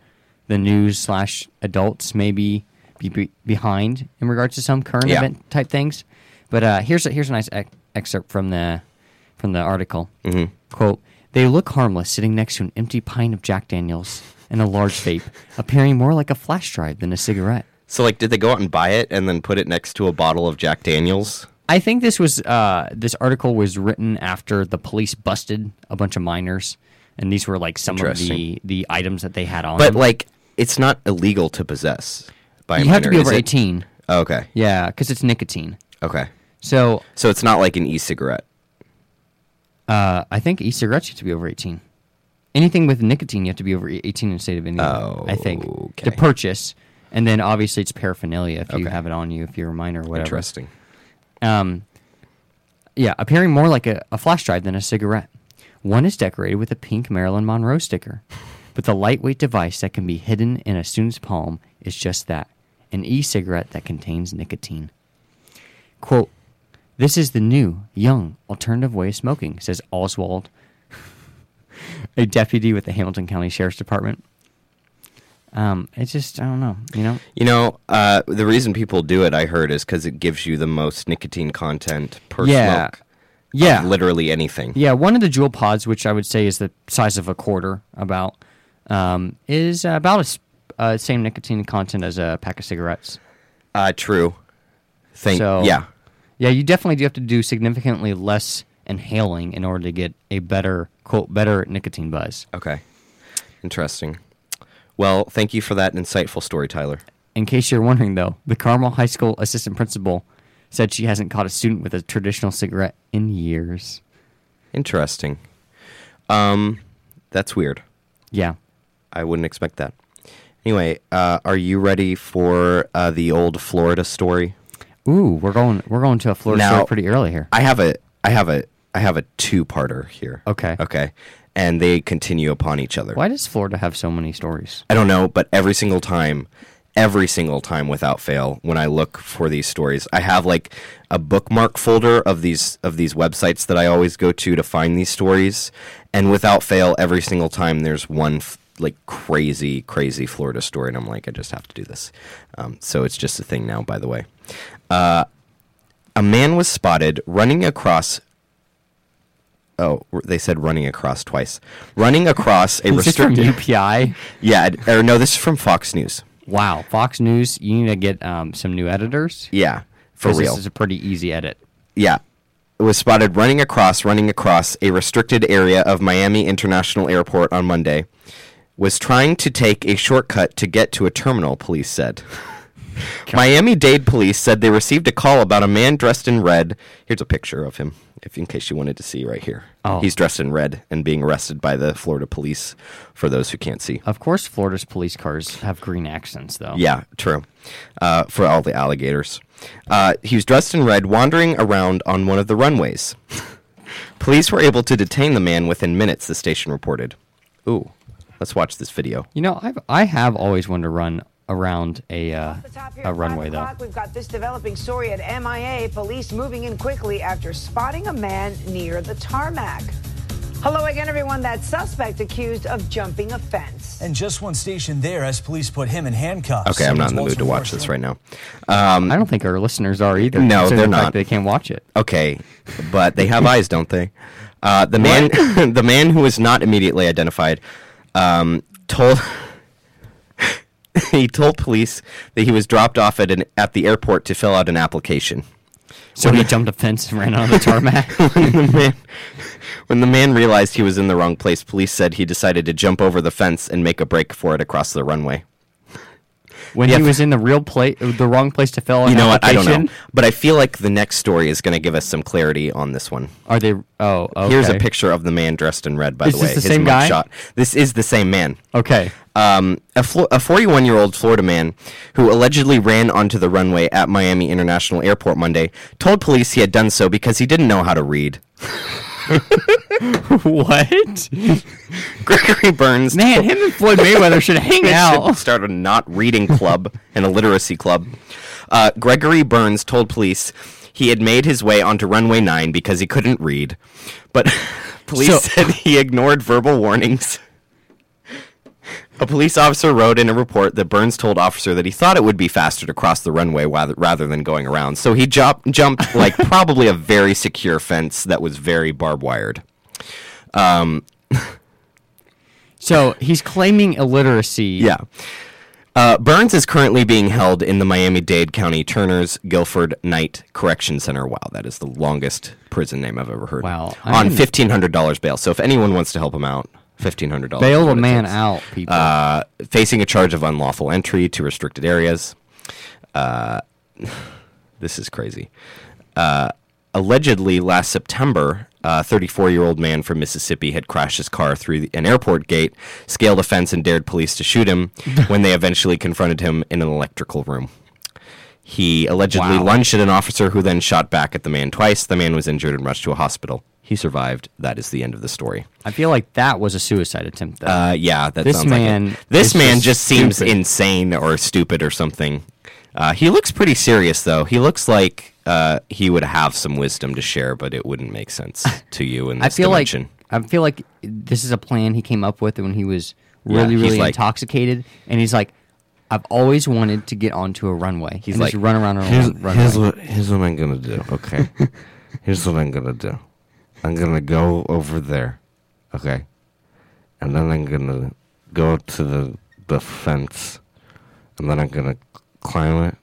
Speaker 6: the news slash adults may be, be, be behind in regards to some current
Speaker 5: Yeah.
Speaker 6: event type things. But uh, here's a, here's a nice ex- excerpt from the from the article. Mm-hmm. Quote: They look harmless sitting next to an empty pint of Jack Daniels and a large vape, appearing more like a flash drive than a cigarette.
Speaker 5: so like, did they go out and buy it and then put it next to a bottle of Jack Daniels?
Speaker 6: I think this was uh, this article was written after the police busted a bunch of minors, and these were like some of the
Speaker 5: Interesting.
Speaker 6: the items that they had on.
Speaker 5: But
Speaker 6: them.
Speaker 5: like, it's not illegal to possess. By a
Speaker 6: Um, you have to
Speaker 5: minor,
Speaker 6: be
Speaker 5: is
Speaker 6: over
Speaker 5: it?
Speaker 6: eighteen,
Speaker 5: Oh, okay.
Speaker 6: yeah, because it's nicotine.
Speaker 5: Okay.
Speaker 6: So
Speaker 5: So it's not like an e-cigarette.
Speaker 6: uh, I think e-cigarettes you have to be over eighteen. Anything with nicotine, you have to be over eighteen in the state of Indiana. I think to
Speaker 5: Okay.
Speaker 6: purchase, and then obviously it's paraphernalia if you
Speaker 5: Okay.
Speaker 6: have it on you if you're a minor or whatever.
Speaker 5: Interesting.
Speaker 6: um, yeah, appearing more like a, a flash drive than a cigarette. One is decorated with a pink Marilyn Monroe sticker, but the lightweight device that can be hidden in a student's palm is just that an e cigarette that contains nicotine. Quote, This is the new, young, alternative way of smoking, says Oswald, [LAUGHS] a deputy with the Hamilton County Sheriff's Department. Um, it's just, I don't know, you know?
Speaker 5: You know, uh, the reason people do it, I heard, is because it gives you the most nicotine content per
Speaker 6: Yeah.
Speaker 5: smoke. of
Speaker 6: Yeah.
Speaker 5: literally anything.
Speaker 6: Yeah, one of the jewel pods, which I would say is the size of a quarter, about, um, is about as uh, same nicotine content as a pack of cigarettes.
Speaker 5: Uh, true. Thank.
Speaker 6: So-
Speaker 5: yeah.
Speaker 6: Yeah, you definitely do have to do significantly less inhaling in order to get a better quote better nicotine buzz.
Speaker 5: Okay. Interesting. Well, thank you for that insightful story, Tyler.
Speaker 6: In case you're wondering, though, the Carmel High School assistant principal said she hasn't caught a student with a traditional cigarette in years.
Speaker 5: Interesting. Um, that's weird.
Speaker 6: Yeah,
Speaker 5: I wouldn't expect that. Anyway, uh, are you ready for uh, the old Florida story?
Speaker 6: ooh, we're going we're going to a Florida
Speaker 5: Now-
Speaker 6: store pretty early here.
Speaker 5: I have a, I have a, I have a two-parter here.
Speaker 6: Okay.
Speaker 5: Okay. And they continue upon each other.
Speaker 6: Why does Florida have so many stories?
Speaker 5: I don't know, but every single time, every single time without fail, when I look for these stories, I have like a bookmark folder of these of these websites that I always go to to find these stories, and without fail, every single time there's one f- like crazy, crazy Florida story, and I'm like, I just have to do this. Um, so it's just a thing now. By the way, uh, a man was spotted running across. Oh, they said running across twice. Running across a
Speaker 6: Is this from
Speaker 5: restricted.
Speaker 6: UPI?
Speaker 5: [LAUGHS] Yeah, d- or no, this is from Fox News.
Speaker 6: Wow, Fox News, you need to get um, some new editors.
Speaker 5: Yeah, for
Speaker 6: 'Cause
Speaker 5: real.
Speaker 6: This is a pretty easy edit.
Speaker 5: yeah. It was spotted running across, running across a restricted area of Miami International Airport on Monday. Was trying to take a shortcut to get to a terminal, police
Speaker 6: [LAUGHS]
Speaker 5: said. Miami Dade police said they received a call about a man dressed in red. Here's a picture of him, if in case you wanted to see right here.
Speaker 6: Oh.
Speaker 5: He's dressed in red and being arrested by the Florida police for those who can't see.
Speaker 6: Of course, Florida's police cars have green accents, though.
Speaker 5: Yeah, true. Uh, for all the alligators. Uh, he was dressed in red, wandering around on one of the runways. [LAUGHS] Police were able to detain the man within minutes, the station reported. Ooh, let's watch this video.
Speaker 6: You know, I've, I have always wanted to run around a uh,
Speaker 10: The top here
Speaker 6: a
Speaker 10: at five
Speaker 6: runway though.
Speaker 10: o'clock, We've got this developing story at MIA. Police moving in quickly after spotting a man near the tarmac. Hello again, everyone. That suspect accused of jumping a fence.
Speaker 11: And just one station there as police put him in handcuffs.
Speaker 5: Okay, I'm not in the
Speaker 11: Someone's
Speaker 5: mood to watch
Speaker 11: walking
Speaker 5: this
Speaker 11: for
Speaker 5: right now.
Speaker 6: I don't think our listeners are either.
Speaker 5: No,
Speaker 6: considering
Speaker 5: they're
Speaker 6: the fact
Speaker 5: not.
Speaker 6: They can't watch it.
Speaker 5: Okay, but they have eyes, don't they? Uh, the man, [LAUGHS] the man who was not immediately identified, um, told [LAUGHS] he told police that he was dropped off at an at the airport to fill out an application.
Speaker 6: So he jumped a fence and ran on
Speaker 5: [LAUGHS]
Speaker 6: the tarmac.
Speaker 5: the man, when the man realized he was in the wrong place, police said he decided to jump over the fence and make a break for it across the runway.
Speaker 6: when
Speaker 5: Yeah.
Speaker 6: he was in the real place, the wrong place to fill. An
Speaker 5: You know what? I don't know,
Speaker 6: application?
Speaker 5: but I feel like the next story is going to give us some clarity on this one.
Speaker 6: Are they? Oh, okay.
Speaker 5: Here's a picture of the man dressed in red. By
Speaker 6: Is
Speaker 5: the
Speaker 6: this
Speaker 5: way,
Speaker 6: the
Speaker 5: his
Speaker 6: same guy?
Speaker 5: mugshot. This is the same man. [LAUGHS]
Speaker 6: Okay.
Speaker 5: Um, a 41 year old Florida man who allegedly ran onto the runway at Miami International Airport Monday told police he had done so because he didn't know how to read. [LAUGHS]
Speaker 6: what?
Speaker 5: Gregory Burns.
Speaker 6: Man, him and Floyd Mayweather should hang
Speaker 5: [LAUGHS] They
Speaker 6: out.
Speaker 5: should start a not reading club and a literacy club. Uh, Gregory Burns told police he had made his way onto runway 9 because he couldn't read, but [LAUGHS] police
Speaker 6: So-
Speaker 5: said he ignored verbal warnings. A police officer wrote in a report that Burns told officer that he thought it would be faster to cross the runway rather, rather than going around. So he jump, jumped like probably a very secure fence that was very barbed wired.
Speaker 6: So he's claiming illiteracy.
Speaker 5: Yeah. Uh, Burns is currently being held in the Miami Dade County Turner's Guilford Knight Correction Center. Wow, that is the longest prison name I've ever heard.
Speaker 6: Wow, I
Speaker 5: On
Speaker 6: didn't-
Speaker 5: $1,500 bail. So if anyone wants to help him out, $1,500. is
Speaker 6: Bail
Speaker 5: what
Speaker 6: a
Speaker 5: it
Speaker 6: man
Speaker 5: takes.
Speaker 6: out, people.
Speaker 5: Uh, facing a charge of unlawful entry to restricted areas. Uh, [LAUGHS] this is crazy. Uh, allegedly, last September, a 34 year old man from Mississippi had crashed his car through the- an airport gate, scaled a fence, and dared police to shoot him when they eventually confronted him in an electrical room. He allegedly
Speaker 6: Wow.
Speaker 5: lunged at an officer who then shot back at the man twice. The man was injured and rushed to a hospital. He survived. That is the end of the story.
Speaker 6: I feel like that was a suicide attempt, though.
Speaker 5: Uh, yeah, that
Speaker 6: This
Speaker 5: sounds like
Speaker 6: man
Speaker 5: it. This
Speaker 6: is
Speaker 5: man just,
Speaker 6: just
Speaker 5: seems
Speaker 6: stupid.
Speaker 5: insane or stupid or something. Uh, he looks pretty serious though. He looks like uh, he would have some wisdom to share, but it wouldn't make
Speaker 6: [LAUGHS]
Speaker 5: sense to you in this
Speaker 6: I feel
Speaker 5: dimension.
Speaker 6: like I feel like this is a plan he came up with when he was really,
Speaker 5: he's
Speaker 6: really
Speaker 5: like-
Speaker 6: intoxicated, and he's like, "I've always wanted to get onto a runway. He's and
Speaker 5: like,
Speaker 6: just run around on a runway."
Speaker 12: what, here's what I'm going to do,
Speaker 6: [LAUGHS]
Speaker 12: okay? here's what I'm going to do. I'm going to go over there, okay? And then I'm going to go to the, the fence. And then I'm going to climb it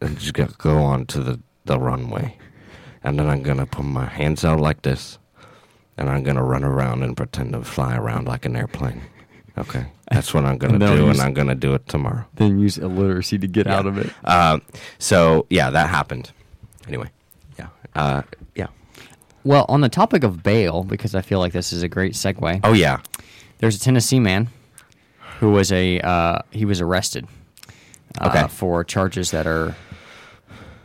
Speaker 12: and just go, go onto the, the runway. And then I'm going to put my hands out like this. And I'm going to run around and pretend to fly around like an airplane.
Speaker 6: [LAUGHS]
Speaker 12: Okay, that's what I'm gonna
Speaker 6: And then
Speaker 12: do,
Speaker 6: you
Speaker 12: and
Speaker 6: s-
Speaker 12: I'm gonna do it tomorrow.
Speaker 6: then use illiteracy to get out of it.
Speaker 5: Uh, so yeah, that happened. Anyway, yeah, uh, yeah.
Speaker 6: Well, on the topic of bail, because I feel like this is a great segue.
Speaker 5: Oh yeah,
Speaker 6: There's a Tennessee man who was a uh, he was arrested uh,
Speaker 5: Okay.
Speaker 6: for charges that are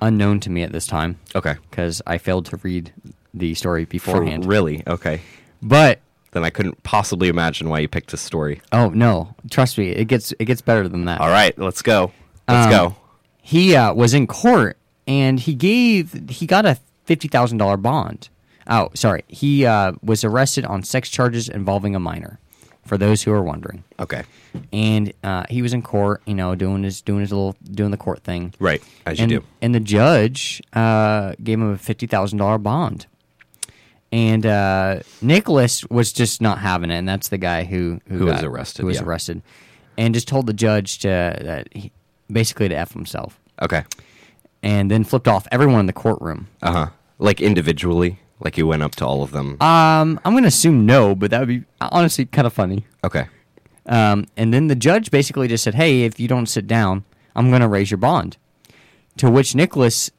Speaker 6: unknown to me at this time.
Speaker 5: Okay.
Speaker 6: because I failed to read the story
Speaker 5: For-
Speaker 6: beforehand.
Speaker 5: really okay.
Speaker 6: But
Speaker 5: Then I couldn't possibly imagine why you picked this story.
Speaker 6: oh no, trust me, it gets it gets better than that.
Speaker 5: All right, let's go. Let's
Speaker 6: Um,
Speaker 5: go.
Speaker 6: He uh, was in court and he gave he got a fifty thousand dollar bond. Oh, sorry, he uh, was arrested on sex charges involving a minor. For those who are wondering.
Speaker 5: Okay,
Speaker 6: and uh, he was in court, you know, doing his doing his little doing the court thing,
Speaker 5: Right, as you
Speaker 6: and,
Speaker 5: do.
Speaker 6: And the judge uh, gave him a fifty thousand dollar bond, and uh, Nicholas was just not having it, and that's the guy who who,
Speaker 5: Who was
Speaker 6: got-
Speaker 5: arrested,
Speaker 6: who was
Speaker 5: yeah.
Speaker 6: arrested, and just told the judge to that he, basically to f himself,
Speaker 5: okay.
Speaker 6: and then flipped off everyone in the courtroom.
Speaker 5: Uh huh. Like individually, like you went up to all of them.
Speaker 6: Um, I'm gonna assume no, but that would be honestly kind of funny.
Speaker 5: okay.
Speaker 6: Um, and then the judge basically just said, "Hey, if you don't sit down, I'm going to raise your bond." To which Nicholas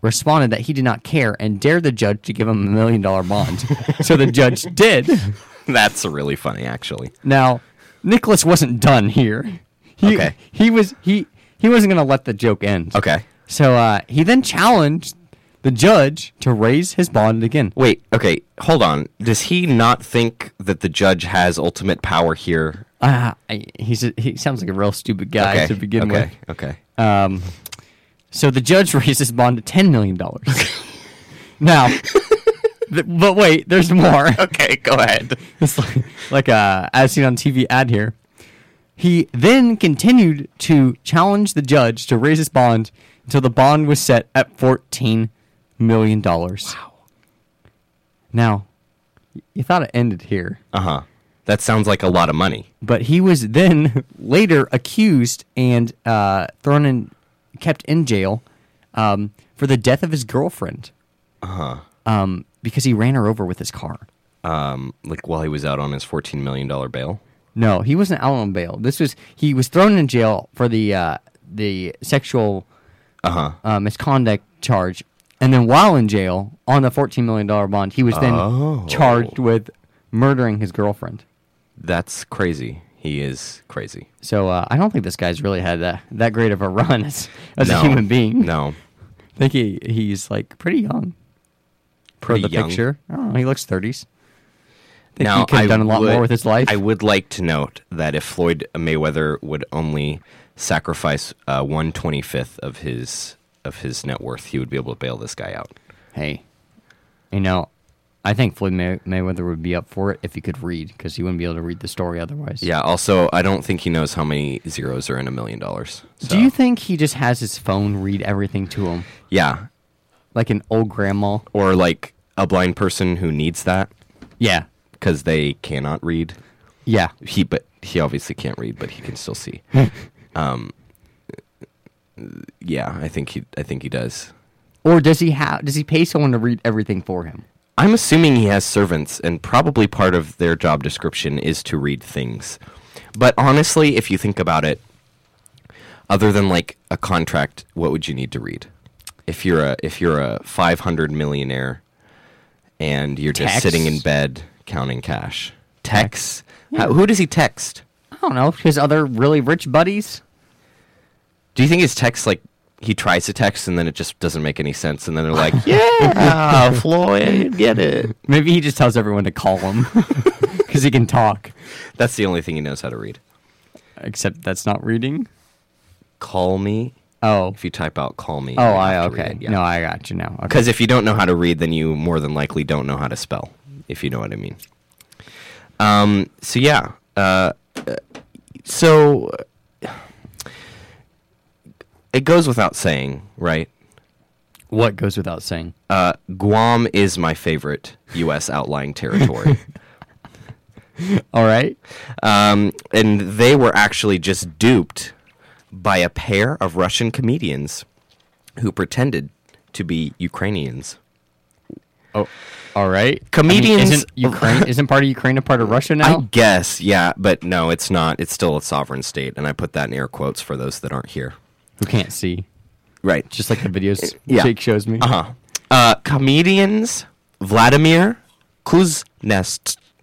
Speaker 6: responded that he did not care and dared the judge to give him a million
Speaker 5: [LAUGHS]
Speaker 6: dollar bond. so the judge did.
Speaker 5: [LAUGHS] That's really funny, actually.
Speaker 6: Now, Nicholas wasn't done here. He,
Speaker 5: Okay.
Speaker 6: He was he he wasn't going to let the joke end.
Speaker 5: Okay.
Speaker 6: So uh, he then challenged the judge to raise his bond again.
Speaker 5: Wait, okay, hold on. Does he not think that the judge has ultimate power here
Speaker 6: Uh, I, he's a, he sounds like a real stupid guy
Speaker 5: okay.
Speaker 6: to begin
Speaker 5: okay.
Speaker 6: with.
Speaker 5: Okay.
Speaker 6: Um, so the judge [LAUGHS] raises bond to ten million dollars. now, th- but wait, there's more.
Speaker 5: [LAUGHS] Okay. Go ahead.
Speaker 6: It's [LAUGHS] like, like a as seen on TV ad here. He then continued to challenge the judge to raise his bond until the bond was set at fourteen million dollars. Wow. Now, y- you thought it ended here
Speaker 5: Uh huh. [LAUGHS] That sounds like a lot of money.
Speaker 6: but he was then [LAUGHS] later accused and uh, thrown in, kept in jail um, for the death of his girlfriend. Um, because he ran her over with his car.
Speaker 5: Um, like while he was out on his fourteen million dollar bail.
Speaker 6: No, he wasn't out on bail. This was he was thrown in jail for the uh, the sexual
Speaker 5: Uh-huh.
Speaker 6: uh misconduct charge, and then while in jail on the fourteen million dollar bond, he was then charged with murdering his girlfriend.
Speaker 5: That's crazy. He is crazy.
Speaker 6: So uh, I don't think this guy's really had that, that great of a run as, as
Speaker 5: no.
Speaker 6: a human being.
Speaker 5: No.
Speaker 6: I think he, he's like pretty young. Per
Speaker 5: Pretty
Speaker 6: the
Speaker 5: young.
Speaker 6: picture, I don't know, he looks thirties. Think
Speaker 5: Now,
Speaker 6: he could
Speaker 5: I
Speaker 6: have done a lot
Speaker 5: would-
Speaker 6: more with his life.
Speaker 5: I would like to note that if Floyd Mayweather would only sacrifice uh, one twenty fifth of his of his net worth, he would be able to bail this guy out.
Speaker 6: hey, you know, I think Floyd May- Mayweather would be up for it if he could read, because he wouldn't be able to read the story otherwise.
Speaker 5: Yeah. Also, I don't think he knows how many zeros are in a million dollars. So-
Speaker 6: Do you think he just has his phone read everything to him,
Speaker 5: Yeah.
Speaker 6: like an old grandma?
Speaker 5: Or like a blind person who needs that
Speaker 6: Yeah,
Speaker 5: because they cannot read.
Speaker 6: yeah.
Speaker 5: He but he obviously can't read, but he can still see. um. Yeah, I think he. I think he does.
Speaker 6: Or does he have? Does he pay someone to read everything for him?
Speaker 5: I'm assuming he has servants, and probably part of their job description is to read things. But honestly, if you think about it, other than like a contract, what would you need to read? If you're a if you're a 500 millionaire and you're just
Speaker 6: Texts?
Speaker 5: sitting in bed counting cash, texts. How- who does he text?
Speaker 6: I don't know. His other really rich buddies.
Speaker 5: Do you think his text like he tries to text and then it just doesn't make any sense, and then they're
Speaker 6: [LAUGHS]
Speaker 5: like, "Yeah,
Speaker 6: Ah,
Speaker 5: Floyd, get it."
Speaker 6: Maybe he just tells everyone to call him [LAUGHS] because he can talk.
Speaker 5: That's the only thing he knows how to read.
Speaker 6: Except that's not reading.
Speaker 5: Call me
Speaker 6: Oh.
Speaker 5: If you type out "call me,"
Speaker 6: Oh,
Speaker 5: you
Speaker 6: I
Speaker 5: have to
Speaker 6: okay.
Speaker 5: read it, yeah.
Speaker 6: No, I got you now. Okay.
Speaker 5: because if you don't know how to read, then you more than likely don't know how to spell. If you know what I mean. Um. So yeah. Uh. uh, So uh, it goes without saying, right?
Speaker 6: What goes without saying?
Speaker 5: Uh, Guam is my favorite U.S. outlying
Speaker 6: [LAUGHS]
Speaker 5: territory.
Speaker 6: All right.
Speaker 5: um, and they were actually just duped by a pair of Russian comedians who pretended to be Ukrainians.
Speaker 6: Oh, all right.
Speaker 5: Comedians-
Speaker 6: isn't
Speaker 5: [LAUGHS]
Speaker 6: Ukraine isn't part of Ukraine a part of Russia now?
Speaker 5: I guess, yeah, but no, it's not. It's still a sovereign state, and I put that in air quotes for those that aren't here.
Speaker 6: Who can't see?
Speaker 5: Right.
Speaker 6: Just like the videos
Speaker 5: Uh, Yeah.
Speaker 6: Jake shows me.
Speaker 5: uh-huh. uh Comedians Vladimir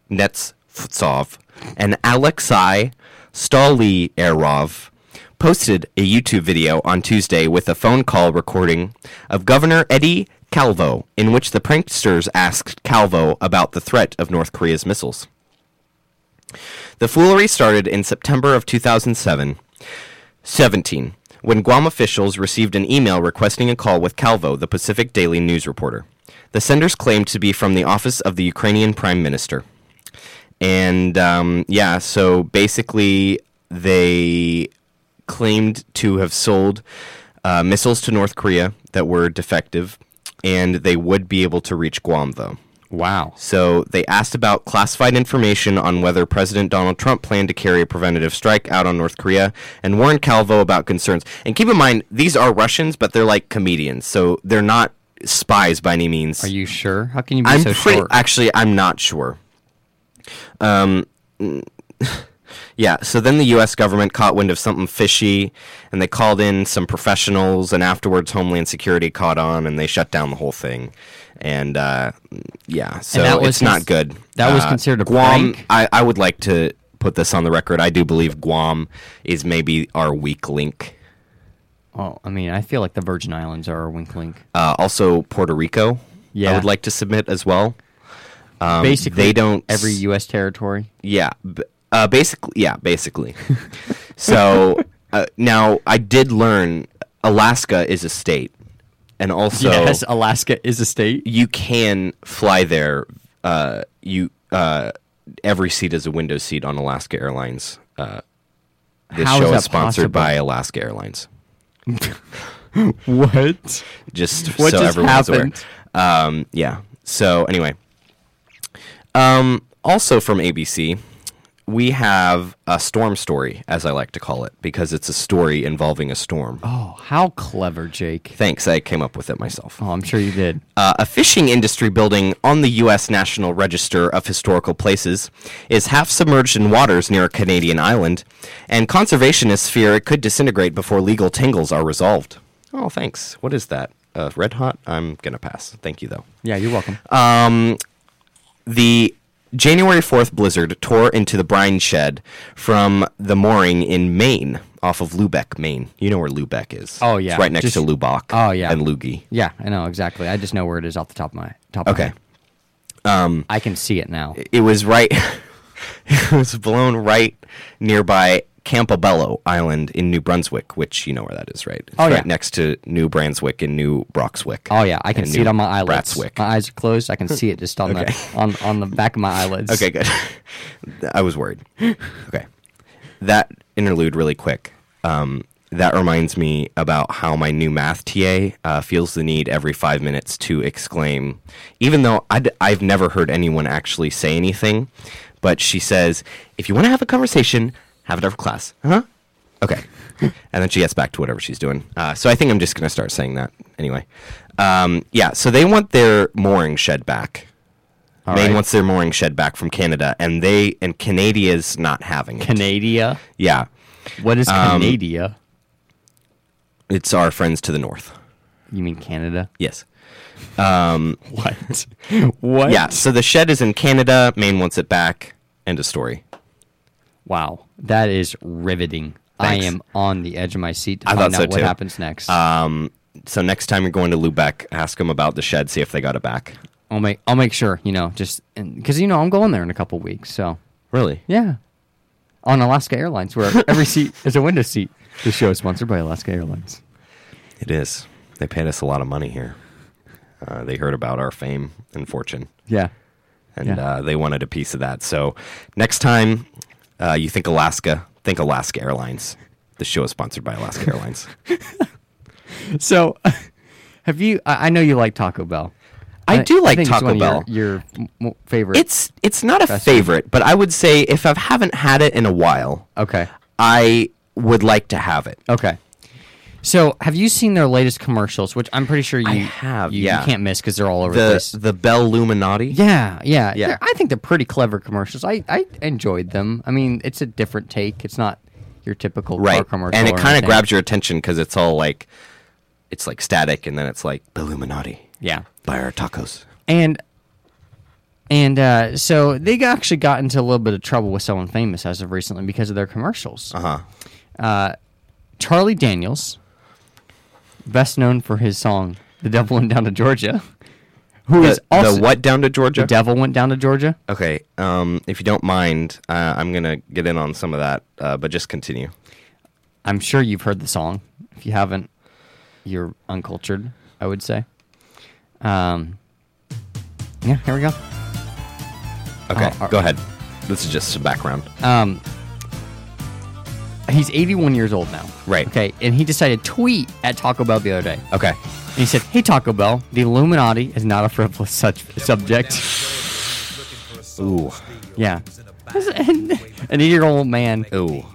Speaker 5: Kuznetsov and Alexei Stolierov posted a YouTube video on Tuesday with a phone call recording of Governor Eddie Calvo, in which the pranksters asked Calvo about the threat of North Korea's missiles. The foolery started in September of 2007 17, when Guam officials received an email requesting a call with Calvo, the Pacific Daily News reporter. The senders claimed to be from the office of the Ukrainian Prime Minister. And um, yeah, so basically they claimed to have sold uh, missiles to North Korea that were defective, and they would be able to reach Guam, though.
Speaker 6: Wow.
Speaker 5: So they asked about classified information on whether President Donald Trump planned to carry a preventative strike out on North Korea and warned Calvo about concerns. And keep in mind, these are Russians, but they're like comedians, so they're not spies by any means.
Speaker 6: Are you sure? How can you be
Speaker 5: I'm
Speaker 6: so
Speaker 5: pretty,
Speaker 6: sure?
Speaker 5: actually I'm not sure. Um [LAUGHS] yeah, so then the US government caught wind of something fishy and they called in some professionals and afterwards Homeland Security caught on and they shut down the whole thing. And uh, yeah, so
Speaker 6: that was
Speaker 5: it's not
Speaker 6: cons-
Speaker 5: good.
Speaker 6: that was
Speaker 5: Uh,
Speaker 6: considered a
Speaker 5: Guam.
Speaker 6: prank?
Speaker 5: I, I would like to put this on the record. I do believe Guam is maybe our weak link.
Speaker 6: well, Oh, I mean, I feel like the Virgin Islands are a wink link.
Speaker 5: Uh, also Puerto Rico. I
Speaker 6: Yeah.
Speaker 5: would like to submit as well. Um,
Speaker 6: Basically,
Speaker 5: they don't
Speaker 6: every U.S. territory.
Speaker 5: Yeah, b- Uh, basically, yeah, basically. [LAUGHS] so uh, now I did learn Alaska is a state, and also
Speaker 6: yes, Alaska is a state.
Speaker 5: you can fly there. Uh, you uh, every seat is a window seat on Alaska Airlines. Uh, this
Speaker 6: How is
Speaker 5: show is,
Speaker 6: that
Speaker 5: sponsored
Speaker 6: possible?
Speaker 5: by Alaska Airlines.
Speaker 6: What?
Speaker 5: Just
Speaker 6: What
Speaker 5: so
Speaker 6: just
Speaker 5: everyone's
Speaker 6: happened?
Speaker 5: aware. Um, yeah. So anyway, um, also from ABC, we have a storm story, as I like to call it, because it's a story involving a storm.
Speaker 6: Oh, how clever, Jake.
Speaker 5: Thanks, I came up with it myself.
Speaker 6: Oh, I'm sure you did.
Speaker 5: Uh, a fishing industry building on the U.S. National Register of Historical Places is half submerged in waters near a Canadian island, and conservationists fear it could disintegrate before legal tangles are resolved. Oh, thanks. What is that? Uh, red hot? I'm going to pass. Thank you, though.
Speaker 6: Yeah, you're welcome.
Speaker 5: The January 4th blizzard tore into the brine shed from the mooring in Maine, off of Lubeck, Maine. You know where Lubeck is.
Speaker 6: Oh, yeah.
Speaker 5: It's right next
Speaker 6: Just-
Speaker 5: to Lubbock.
Speaker 6: Oh, yeah.
Speaker 5: And Loogie.
Speaker 6: yeah, I know exactly. I just know where it is off the top of my top. Of my
Speaker 5: Okay. Eh,
Speaker 6: head. I can see it now.
Speaker 5: it was right [LAUGHS] it was blown right nearby Campobello Island in New Brunswick, which you know where that is, right? It's
Speaker 6: Oh,
Speaker 5: right
Speaker 6: yeah.
Speaker 5: next to New Brunswick and New Broxwick.
Speaker 6: Oh yeah, I can
Speaker 5: and
Speaker 6: see
Speaker 5: New
Speaker 6: it on my eyelids.
Speaker 5: Bratswick.
Speaker 6: My eyes are closed. I can see it just on
Speaker 5: Okay.
Speaker 6: the on on the back of my eyelids.
Speaker 5: Okay, good. [LAUGHS] I was worried. Okay. That interlude, really quick. Um, that reminds me about how my new math TA uh, feels the need every five minutes to exclaim, even though i have never heard anyone actually say anything, but she says, if you want to have a conversation, have it after class. Huh? Okay. [LAUGHS] and then she gets back to whatever she's doing. Uh, so I think I'm just going to start saying that anyway. Um, yeah, so they want their mooring shed back.
Speaker 6: All
Speaker 5: Maine
Speaker 6: right.
Speaker 5: wants their mooring shed back from Canada, and they and Canada's not having it.
Speaker 6: [LAUGHS] Canada.
Speaker 5: yeah,
Speaker 6: What is
Speaker 5: Um,
Speaker 6: Canada?
Speaker 5: it's our friends to the north.
Speaker 6: You mean Canada?
Speaker 5: Yes.
Speaker 6: What? [LAUGHS] what?
Speaker 5: Yeah. So the shed is in Canada. Maine wants it back. End of story.
Speaker 6: Wow, that is riveting.
Speaker 5: Thanks.
Speaker 6: I am on the edge of my seat to
Speaker 5: I
Speaker 6: find
Speaker 5: thought so,
Speaker 6: out what
Speaker 5: too. Uh,
Speaker 6: happens next.
Speaker 5: So next time you're going to Lubeck, ask them about the shed. See if they got it back.
Speaker 6: I'll make I'll make sure you know just because you know I'm going there in a couple weeks. So
Speaker 5: Really?
Speaker 6: yeah, on Alaska
Speaker 5: [LAUGHS]
Speaker 6: Airlines where every seat is a window seat. The show is sponsored by Alaska Airlines.
Speaker 5: It is. They paid us a lot of money here. Uh, they heard about our fame and fortune,
Speaker 6: Yeah.
Speaker 5: and
Speaker 6: Yeah.
Speaker 5: uh, they wanted a piece of that. So next time uh, you think Alaska, think Alaska Airlines. The show is sponsored by Alaska Airlines.
Speaker 6: So, [LAUGHS] have you? I, I know you like Taco Bell.
Speaker 5: I do like
Speaker 6: think it's
Speaker 5: Taco
Speaker 6: one of your-
Speaker 5: Bell.
Speaker 6: Your, m- m- favorite.
Speaker 5: It's it's not a favorite, but I would say if I haven't had it in a while,
Speaker 6: okay.
Speaker 5: I would like to have it.
Speaker 6: Okay. So, have you seen their latest commercials? Which I'm pretty sure you
Speaker 5: have,
Speaker 6: You,
Speaker 5: yeah.
Speaker 6: you can't miss because they're all over the, place.
Speaker 5: The the Bell Luminati.
Speaker 6: yeah, yeah,
Speaker 5: Yeah.
Speaker 6: They're- I think they're pretty clever commercials. I, I enjoyed them. I mean, it's a different take. It's not your typical car
Speaker 5: right.
Speaker 6: commercial,
Speaker 5: And it
Speaker 6: kind of
Speaker 5: grabs your attention because it's all like, it's like static, and then it's like the Luminati.
Speaker 6: Yeah.
Speaker 5: Buy our tacos.
Speaker 6: and and uh, so they g- actually got into a little bit of trouble with someone famous as of recently because of their commercials.
Speaker 5: Uh.
Speaker 6: Uh-huh. Charlie Daniels, best known for his song "The Devil Went Down to Georgia," who
Speaker 5: The,
Speaker 6: is also
Speaker 5: the what down to Georgia?
Speaker 6: "The Devil Went Down to Georgia."
Speaker 5: okay. Um, if you don't mind, uh, I'm gonna get in on some of that, uh, but just continue.
Speaker 6: I'm sure you've heard the song. If you haven't, you're uncultured. I would say. Um, yeah, here we go.
Speaker 5: Okay.
Speaker 6: uh,
Speaker 5: go ahead. This is just some background.
Speaker 6: He's 81 years old now.
Speaker 5: Right.
Speaker 6: Okay, and he decided to tweet at Taco Bell the other day.
Speaker 5: okay.
Speaker 6: And he said, "Hey Taco Bell, the Illuminati is not a frivolous such subject."
Speaker 5: Ooh.
Speaker 6: Yeah, [LAUGHS] an eight-year-old man.
Speaker 5: Ooh.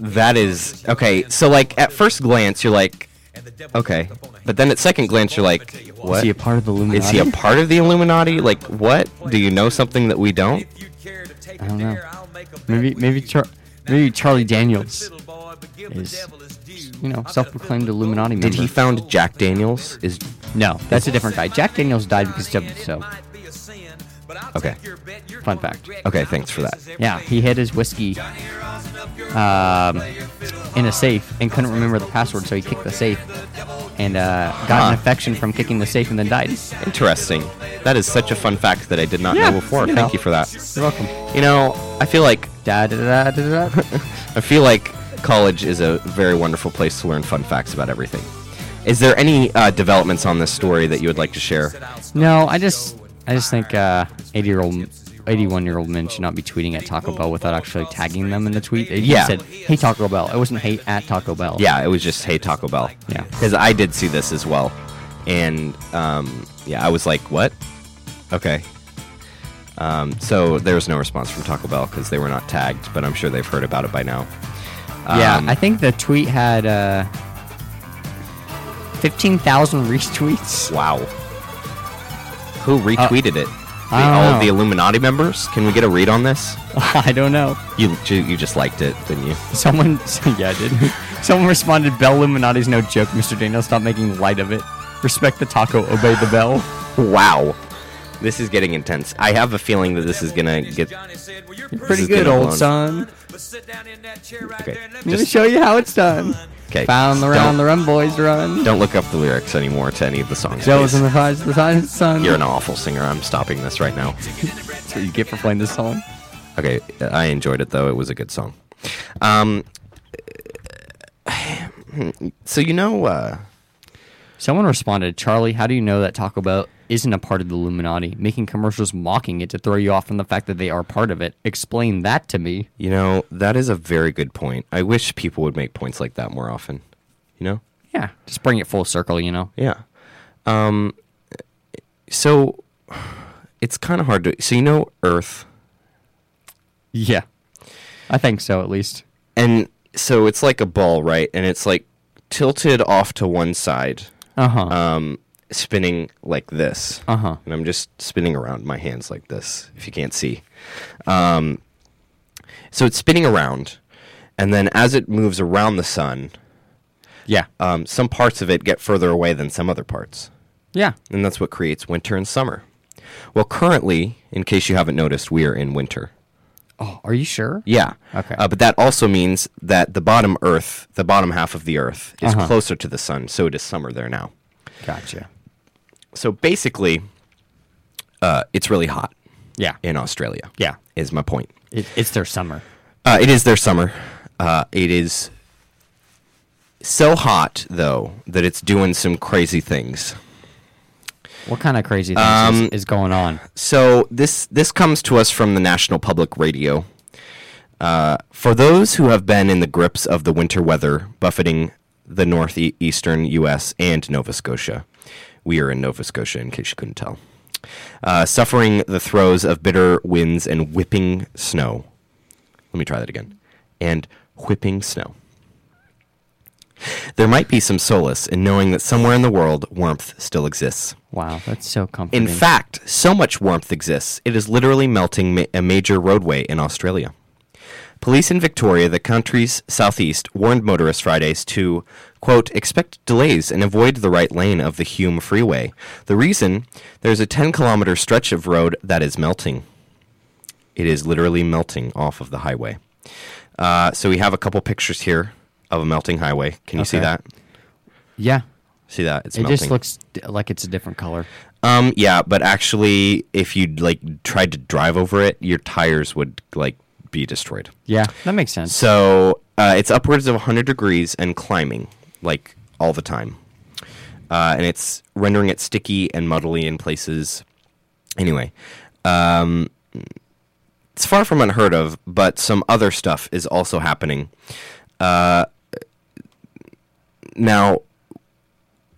Speaker 5: That is okay. So like at first glance you're like, okay, but then at second glance you're like, what?
Speaker 6: Is he a part of the Illuminati?
Speaker 5: Is he a part of the Illuminati? Like what? Do you know something that we don't?
Speaker 6: I don't know. Maybe, maybe, Char- maybe Charlie Daniels is, you know, self-proclaimed Illuminati member.
Speaker 5: Did he found Jack Daniels? Is
Speaker 6: No, that's a different guy. Jack Daniels died because of so.
Speaker 5: okay.
Speaker 6: Fun fact.
Speaker 5: Okay, thanks for that.
Speaker 6: Yeah, he hid his whiskey um, in a safe and couldn't remember the password, so he kicked the safe and uh, got
Speaker 5: Huh.
Speaker 6: an infection from kicking the safe and then died.
Speaker 5: Interesting. That is such a fun fact that I did not
Speaker 6: Yeah,
Speaker 5: know before.
Speaker 6: you
Speaker 5: Thank
Speaker 6: know.
Speaker 5: you for that.
Speaker 6: You're welcome.
Speaker 5: You know, I feel like
Speaker 6: Da da da da da.
Speaker 5: [LAUGHS] I feel like college is a very wonderful place to learn fun facts about everything. Is there any uh, developments on this story that you would like to share?
Speaker 6: No, I just I just think uh, eighty year old. 81 year old men should not be tweeting at Taco Bell without actually tagging them in the tweet. It just
Speaker 5: Yeah.
Speaker 6: said, hey Taco Bell. It wasn't hey at Taco Bell.
Speaker 5: Yeah, it was just hey Taco Bell.
Speaker 6: Yeah.
Speaker 5: because I did see this as well, and um, yeah, I was like, what? Okay. Um, so there was no response from Taco Bell because they were not tagged, but I'm sure they've heard about it by now.
Speaker 6: yeah.
Speaker 5: Um,
Speaker 6: I think the tweet had uh, 15,000 retweets. [LAUGHS]
Speaker 5: Wow. Who retweeted it? The,
Speaker 6: Uh, I don't
Speaker 5: all
Speaker 6: know.
Speaker 5: of the Illuminati members? Can we get a read on this?
Speaker 6: I don't know.
Speaker 5: You you, you just liked it, didn't you?
Speaker 6: Someone, [LAUGHS] yeah, I did. Someone responded, "Bell Illuminati's no joke, Mr. Daniel. Stop making light of it. Respect the taco, obey the bell."
Speaker 5: Wow. This is getting intense. I have a feeling that this is gonna get.
Speaker 6: Pretty
Speaker 5: is
Speaker 6: good,
Speaker 5: getting
Speaker 6: old
Speaker 5: blown.
Speaker 6: son.
Speaker 5: Okay.
Speaker 6: Let me
Speaker 5: Just
Speaker 6: show you how it's done.
Speaker 5: okay.
Speaker 6: Found the round, the run, boys, run.
Speaker 5: Don't, don't look up the lyrics anymore to any of the songs.
Speaker 6: Joe's
Speaker 5: please.
Speaker 6: in the thighs, the thighs, son.
Speaker 5: You're an awful singer. I'm stopping this right now.
Speaker 6: That's what you get for playing this song.
Speaker 5: Okay, I enjoyed it though. It was a good song. Um. [SIGHS] So you know, uh,
Speaker 6: Someone responded, "Charlie, how do you know that Taco Bell isn't a part of the Illuminati? Making commercials mocking it to throw you off from the fact that they are part of it. Explain that to me."
Speaker 5: You know, that is a very good point. I wish people would make points like that more often. You know?
Speaker 6: Yeah, just bring it full circle, you know.
Speaker 5: Yeah. Um so it's kind of hard to So you know Earth
Speaker 6: Yeah, I think so at least.
Speaker 5: and so it's like a ball, right? And it's like tilted off to one side,
Speaker 6: Uh huh.
Speaker 5: um spinning like this.
Speaker 6: Uh-huh.
Speaker 5: And I'm just spinning around my hands like this if you can't see. Um so it's spinning around and then as it moves around the sun,
Speaker 6: yeah.
Speaker 5: um, some parts of it get further away than some other parts.
Speaker 6: yeah.
Speaker 5: And that's what creates winter and summer. Well, currently, in case you haven't noticed, we are in winter.
Speaker 6: Oh, Are you sure?
Speaker 5: Yeah.
Speaker 6: Okay.
Speaker 5: Uh, but that also means that the bottom Earth, the bottom half of the Earth, is
Speaker 6: Uh-huh.
Speaker 5: closer to the sun, so it is summer there now.
Speaker 6: Gotcha.
Speaker 5: So basically, uh, it's really hot
Speaker 6: Yeah.
Speaker 5: in Australia.
Speaker 6: Yeah.
Speaker 5: Is my point.
Speaker 6: It, it's their summer.
Speaker 5: Uh, it is their summer. Uh, it is so hot, though, that it's doing some crazy things.
Speaker 6: What kind of crazy things is, is going on?
Speaker 5: so this this comes to us from the National Public Radio. Uh, for those who have been in the grips of the winter weather buffeting the northeastern U.S. and Nova Scotia, we are in Nova Scotia, in case you couldn't tell, uh, suffering the throes of bitter winds and whipping snow. Let me try that again. And whipping snow. There might be some solace in knowing that somewhere in the world warmth still exists.
Speaker 6: Wow, that's so comforting.
Speaker 5: In fact, so much warmth exists, it is literally melting ma- a major roadway in Australia. Police in Victoria, the country's southeast, warned motorists Fridays to, quote, expect delays and avoid the right lane of the Hume Freeway. The reason? There's a 10 kilometer stretch of road that is melting. It is literally melting off of the highway. Uh, so we have a couple pictures here of a melting highway. Can you see
Speaker 6: Okay.
Speaker 5: that?
Speaker 6: yeah,
Speaker 5: See that? It's
Speaker 6: it
Speaker 5: melting.
Speaker 6: just looks d- like it's a different color.
Speaker 5: Um, yeah, but actually, if you like tried to drive over it, your tires would like be destroyed.
Speaker 6: Yeah, that makes sense.
Speaker 5: So uh, it's upwards of 100 degrees and climbing like all the time, uh, and it's rendering it sticky and muddly in places. Anyway, um, it's far from unheard of, but some other stuff is also happening. Uh, now, [SIGHS]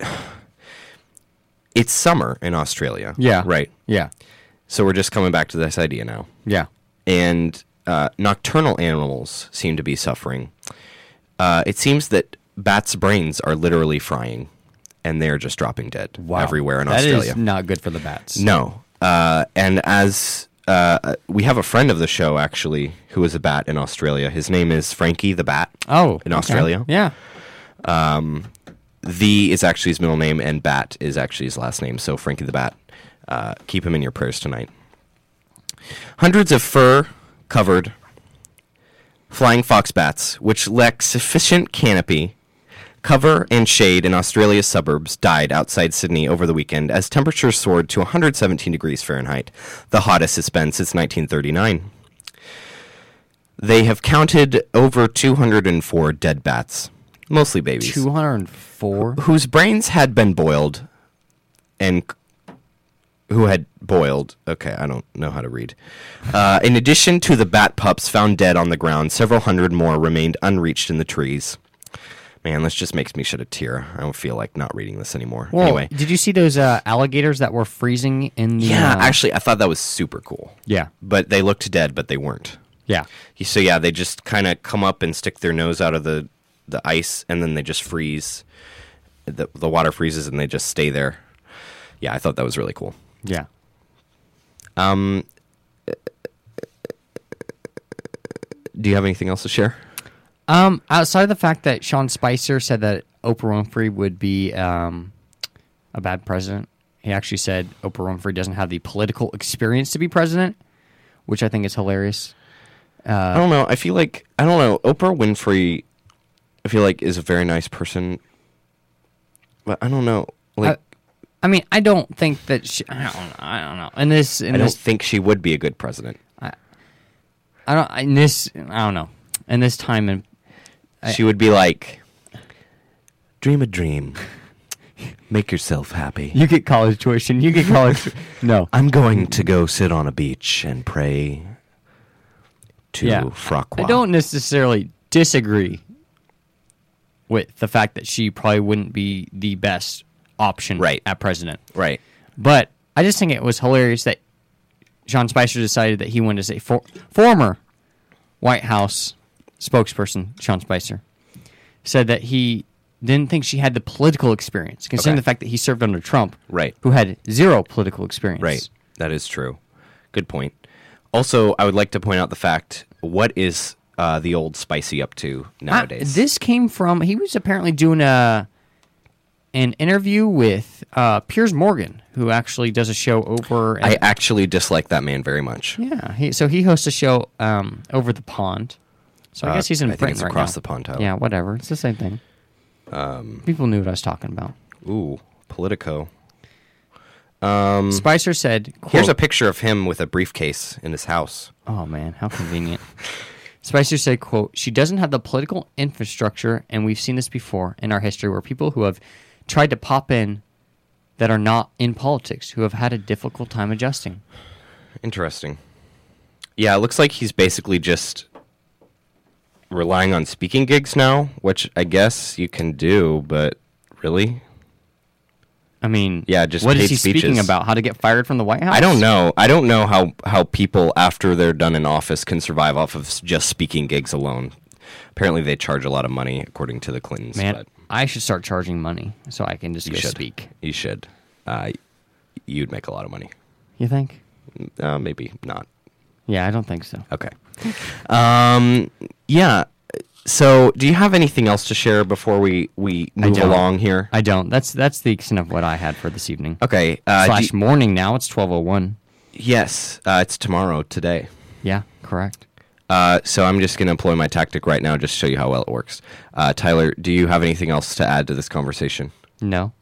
Speaker 5: it's summer in Australia.
Speaker 6: Yeah.
Speaker 5: Right.
Speaker 6: Yeah.
Speaker 5: So we're just coming back to this idea now.
Speaker 6: Yeah.
Speaker 5: And uh, nocturnal animals seem to be suffering. Uh, it seems that bats' brains are literally frying, and they're just dropping dead everywhere in Australia.
Speaker 6: That is not good for the bats.
Speaker 5: No. Uh, and as uh, we have a friend of the show, actually, who is a bat in Australia. His name is Frankie the Bat.
Speaker 6: Oh,
Speaker 5: in
Speaker 6: okay.
Speaker 5: Australia.
Speaker 6: Yeah.
Speaker 5: The is actually his middle name, and Bat is actually his last name. So, Frankie the Bat, uh, keep him in your prayers tonight. Hundreds of fur covered flying fox bats, which lack sufficient canopy, cover, and shade in Australia's suburbs, died outside Sydney over the weekend as temperatures soared to 117 degrees Fahrenheit, the hottest it's been since 1939. They have counted over 204 dead bats, mostly babies,
Speaker 6: 204?
Speaker 5: whose brains had been boiled and c- who had boiled. Okay, I don't know how to read. Uh, in addition to the bat pups found dead on the ground, several hundred more remained unreached in the trees. Man, this just makes me shed a tear. I don't feel like not reading this anymore.
Speaker 6: Well,
Speaker 5: anyway,
Speaker 6: did you see those uh, alligators that were freezing in the.
Speaker 5: yeah,
Speaker 6: uh,
Speaker 5: actually, I thought that was super cool.
Speaker 6: Yeah.
Speaker 5: But they looked dead, but they weren't.
Speaker 6: Yeah.
Speaker 5: So yeah, they just kind of come up and stick their nose out of the the ice, and then they just freeze. The the water freezes, and they just stay there. Yeah, I thought that was really cool.
Speaker 6: Yeah.
Speaker 5: Do you have anything else to share?
Speaker 6: Um, outside of the fact that Sean Spicer said that Oprah Winfrey would be um, a bad president, he actually said Oprah Winfrey doesn't have the political experience to be president, which I think is hilarious.
Speaker 5: I don't know. I feel like I don't know. Oprah Winfrey, I feel like is a very nice person, but I don't know.
Speaker 6: Uh,
Speaker 5: Like
Speaker 6: I mean, I don't think that she, I don't know. I don't know. In this, in
Speaker 5: I, don't
Speaker 6: this,
Speaker 5: think she would be a good president.
Speaker 6: I don't. In this, I don't know. In this time, and
Speaker 5: she would be like, "Dream a dream, make yourself happy."
Speaker 6: [LAUGHS] you get college tuition. You get [LAUGHS] college. no,
Speaker 5: I'm going to go sit on a beach and pray to
Speaker 6: Yeah.
Speaker 5: Frakwa.
Speaker 6: I don't necessarily disagree with the fact that she probably wouldn't be the best option
Speaker 5: Right.
Speaker 6: at president.
Speaker 5: Right.
Speaker 6: But I just think it was hilarious that Sean Spicer decided that he wanted to say for, former White House spokesperson Sean Spicer said that he didn't think she had the political experience, considering
Speaker 5: Okay.
Speaker 6: the fact that he served under Trump,
Speaker 5: Right.
Speaker 6: who had zero political experience.
Speaker 5: Right. That is true. Good point. Also, I would like to point out the fact what is uh, the old spicy up to
Speaker 6: I-
Speaker 5: nowadays?
Speaker 6: Ah, Uh, this came from he was apparently doing a an interview with uh, Piers Morgan, who actually does a show over.
Speaker 5: I
Speaker 6: at-
Speaker 5: actually dislike that man very much.
Speaker 6: yeah, he, so he hosts a show um, over the pond. So I guess he's in
Speaker 5: Uh, I think
Speaker 6: Britain
Speaker 5: it's
Speaker 6: right
Speaker 5: across
Speaker 6: now.
Speaker 5: the pond, Tyler. Um,
Speaker 6: Yeah, whatever. It's the same thing. People knew what I was talking about.
Speaker 5: Ooh, Politico.
Speaker 6: Spicer said, quote,
Speaker 5: Mm. Here's a picture of him with a briefcase in his house.
Speaker 6: Oh man, how convenient. Spicer said, quote, she doesn't have the political infrastructure, and we've seen this before in our history where people who have tried to pop in that are not in politics, who have had a difficult time adjusting.
Speaker 5: Interesting. Yeah, it looks like he's basically just relying on speaking gigs now, which I guess you can do, but really?
Speaker 6: I mean,
Speaker 5: Yeah, just
Speaker 6: what is
Speaker 5: paid
Speaker 6: he speaking
Speaker 5: speeches.
Speaker 6: about? How to get fired from the White House?
Speaker 5: I don't know. I don't know how, how people after they're done in office can survive off of s- just speaking gigs alone. Apparently, they charge a lot of money, according to the Clintons.
Speaker 6: Man,
Speaker 5: but
Speaker 6: I should start charging money so I can just
Speaker 5: you
Speaker 6: go
Speaker 5: should
Speaker 6: speak.
Speaker 5: You should. Uh, you'd make a lot of money.
Speaker 6: You think?
Speaker 5: Uh, maybe not.
Speaker 6: Yeah, I don't think so.
Speaker 5: Okay. Um, yeah. So, do you have anything else to share before we we move
Speaker 6: don't.
Speaker 5: along here?
Speaker 6: I don't. That's that's the extent of what I had for this evening.
Speaker 5: okay. Uh,
Speaker 6: Slash
Speaker 5: do-
Speaker 6: morning now. It's twelve oh one.
Speaker 5: yes, uh, it's tomorrow today.
Speaker 6: Yeah, correct.
Speaker 5: Uh, so I'm just going to employ my tactic right now, just to show you how well it works. Uh, Tyler, do you have anything else to add to this conversation?
Speaker 6: No.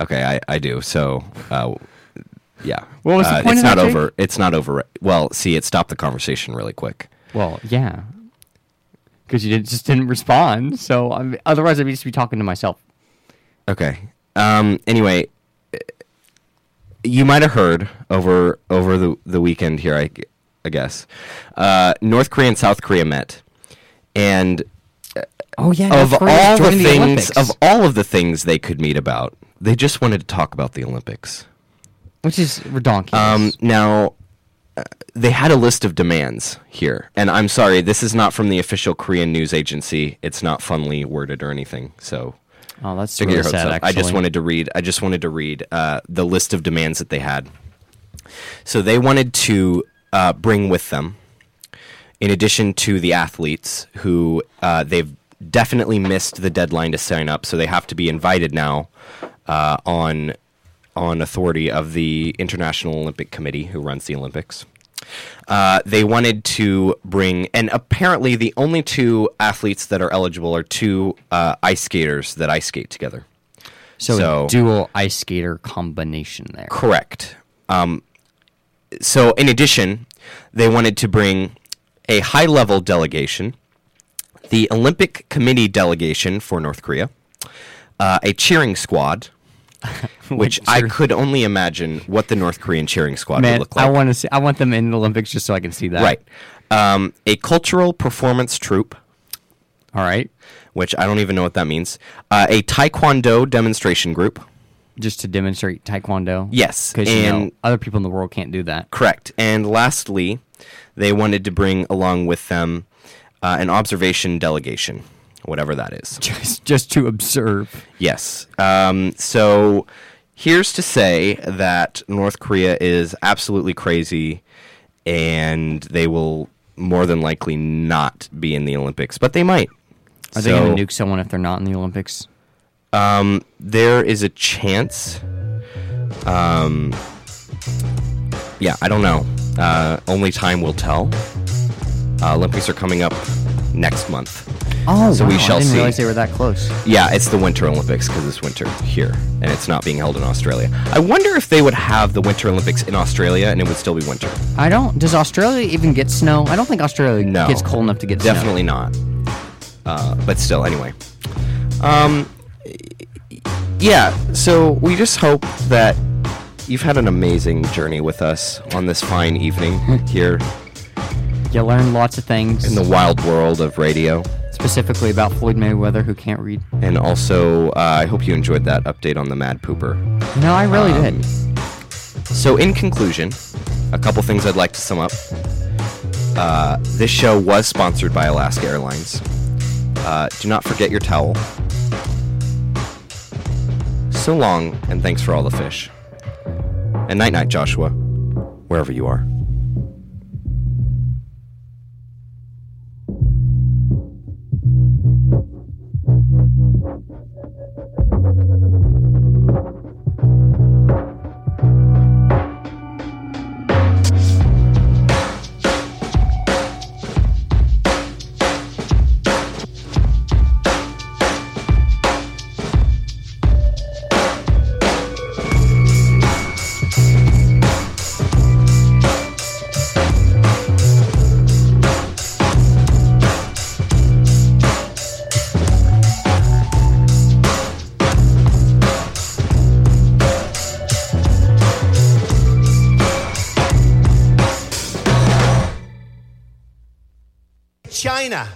Speaker 5: Okay, I, I do. So, uh, yeah.
Speaker 6: What was the
Speaker 5: Uh,
Speaker 6: point
Speaker 5: it's
Speaker 6: of
Speaker 5: not
Speaker 6: that, Jake?
Speaker 5: over. It's not over. ri- Well, see, it stopped the conversation really quick.
Speaker 6: Well, yeah, because you did, just didn't respond. So I'm, otherwise, I'd just be talking to myself.
Speaker 5: Okay. Um, anyway, you might have heard over over the the weekend here. I, g- I guess uh, North Korea and South Korea met, and
Speaker 6: Oh yeah,
Speaker 5: of all the things of all of the things they could meet about, they just wanted to talk about the Olympics.
Speaker 6: which is redonkulous.
Speaker 5: Um, now, uh, they had a list of demands here, and I'm sorry, this is not from the official Korean news agency. It's not funly worded or anything. So,
Speaker 6: oh, that's
Speaker 5: to get
Speaker 6: really
Speaker 5: your hopes
Speaker 6: sad.
Speaker 5: up,
Speaker 6: Actually,
Speaker 5: I just wanted to read. I just wanted to read uh, the list of demands that they had. So they wanted to uh, bring with them, in addition to the athletes who uh, they've definitely missed the deadline to sign up, so they have to be invited now uh, on on authority of the International Olympic Committee, who runs the Olympics. Uh, they wanted to bring, and apparently the only two athletes that are eligible are two uh, ice skaters that ice skate together.
Speaker 6: so,
Speaker 5: so-
Speaker 6: a dual ice skater combination there.
Speaker 5: Correct. Um, so, in addition, They wanted to bring a high level delegation, the Olympic Committee delegation for North Korea, uh, a cheering
Speaker 6: [LAUGHS]
Speaker 5: squad, which I could only imagine what the North Korean cheering squad would
Speaker 6: Man,
Speaker 5: look like.
Speaker 6: I want to see. I want them in the Olympics just so I can see that.
Speaker 5: right. Um, a cultural performance troupe,
Speaker 6: All right.
Speaker 5: which I don't even know what that means, uh, a taekwondo demonstration group.
Speaker 6: Just to demonstrate taekwondo.
Speaker 5: Yes,
Speaker 6: Because you know,
Speaker 5: and-
Speaker 6: other people in the world can't do that. [LAUGHS]
Speaker 5: Correct. And lastly, they wanted to bring along with them uh, an observation delegation, whatever that is.
Speaker 6: Just, just to observe.
Speaker 5: Yes. Um, so here's to say that North Korea is absolutely crazy and they will more than likely not be in the Olympics, but they might.
Speaker 6: Are they going to nuke someone if they're not in the Olympics?
Speaker 5: There is a chance. Um, yeah, I don't know. Uh, only time will tell. Uh, Olympics are coming up next month.
Speaker 6: Oh,
Speaker 5: So we
Speaker 6: wow,
Speaker 5: shall
Speaker 6: I didn't
Speaker 5: see.
Speaker 6: realize they were that close.
Speaker 5: Yeah, it's the Winter Olympics because it's winter here, and it's not being held in Australia. I wonder if they would have the Winter Olympics in Australia, and it would still be winter.
Speaker 6: I don't. Does Australia even get snow? I don't think Australia
Speaker 5: No,
Speaker 6: gets cold enough to get snow.
Speaker 5: Definitely not. Uh, but still, anyway. Um, yeah. So we just hope that you've had an amazing journey with us on this fine evening
Speaker 6: [LAUGHS]
Speaker 5: here
Speaker 6: You learn lots of things,
Speaker 5: in the wild world of radio.
Speaker 6: specifically about Floyd Mayweather, who can't read.
Speaker 5: And also, uh, I hope you enjoyed that update on the Mad Pooper.
Speaker 6: No, I really
Speaker 5: Um,
Speaker 6: did.
Speaker 5: So, in conclusion, a couple things I'd like to sum up. Uh, this show was sponsored by Alaska Airlines. Uh, do not forget your towel. So long, and thanks for all the fish. And night night, Joshua, wherever you are.
Speaker 11: China.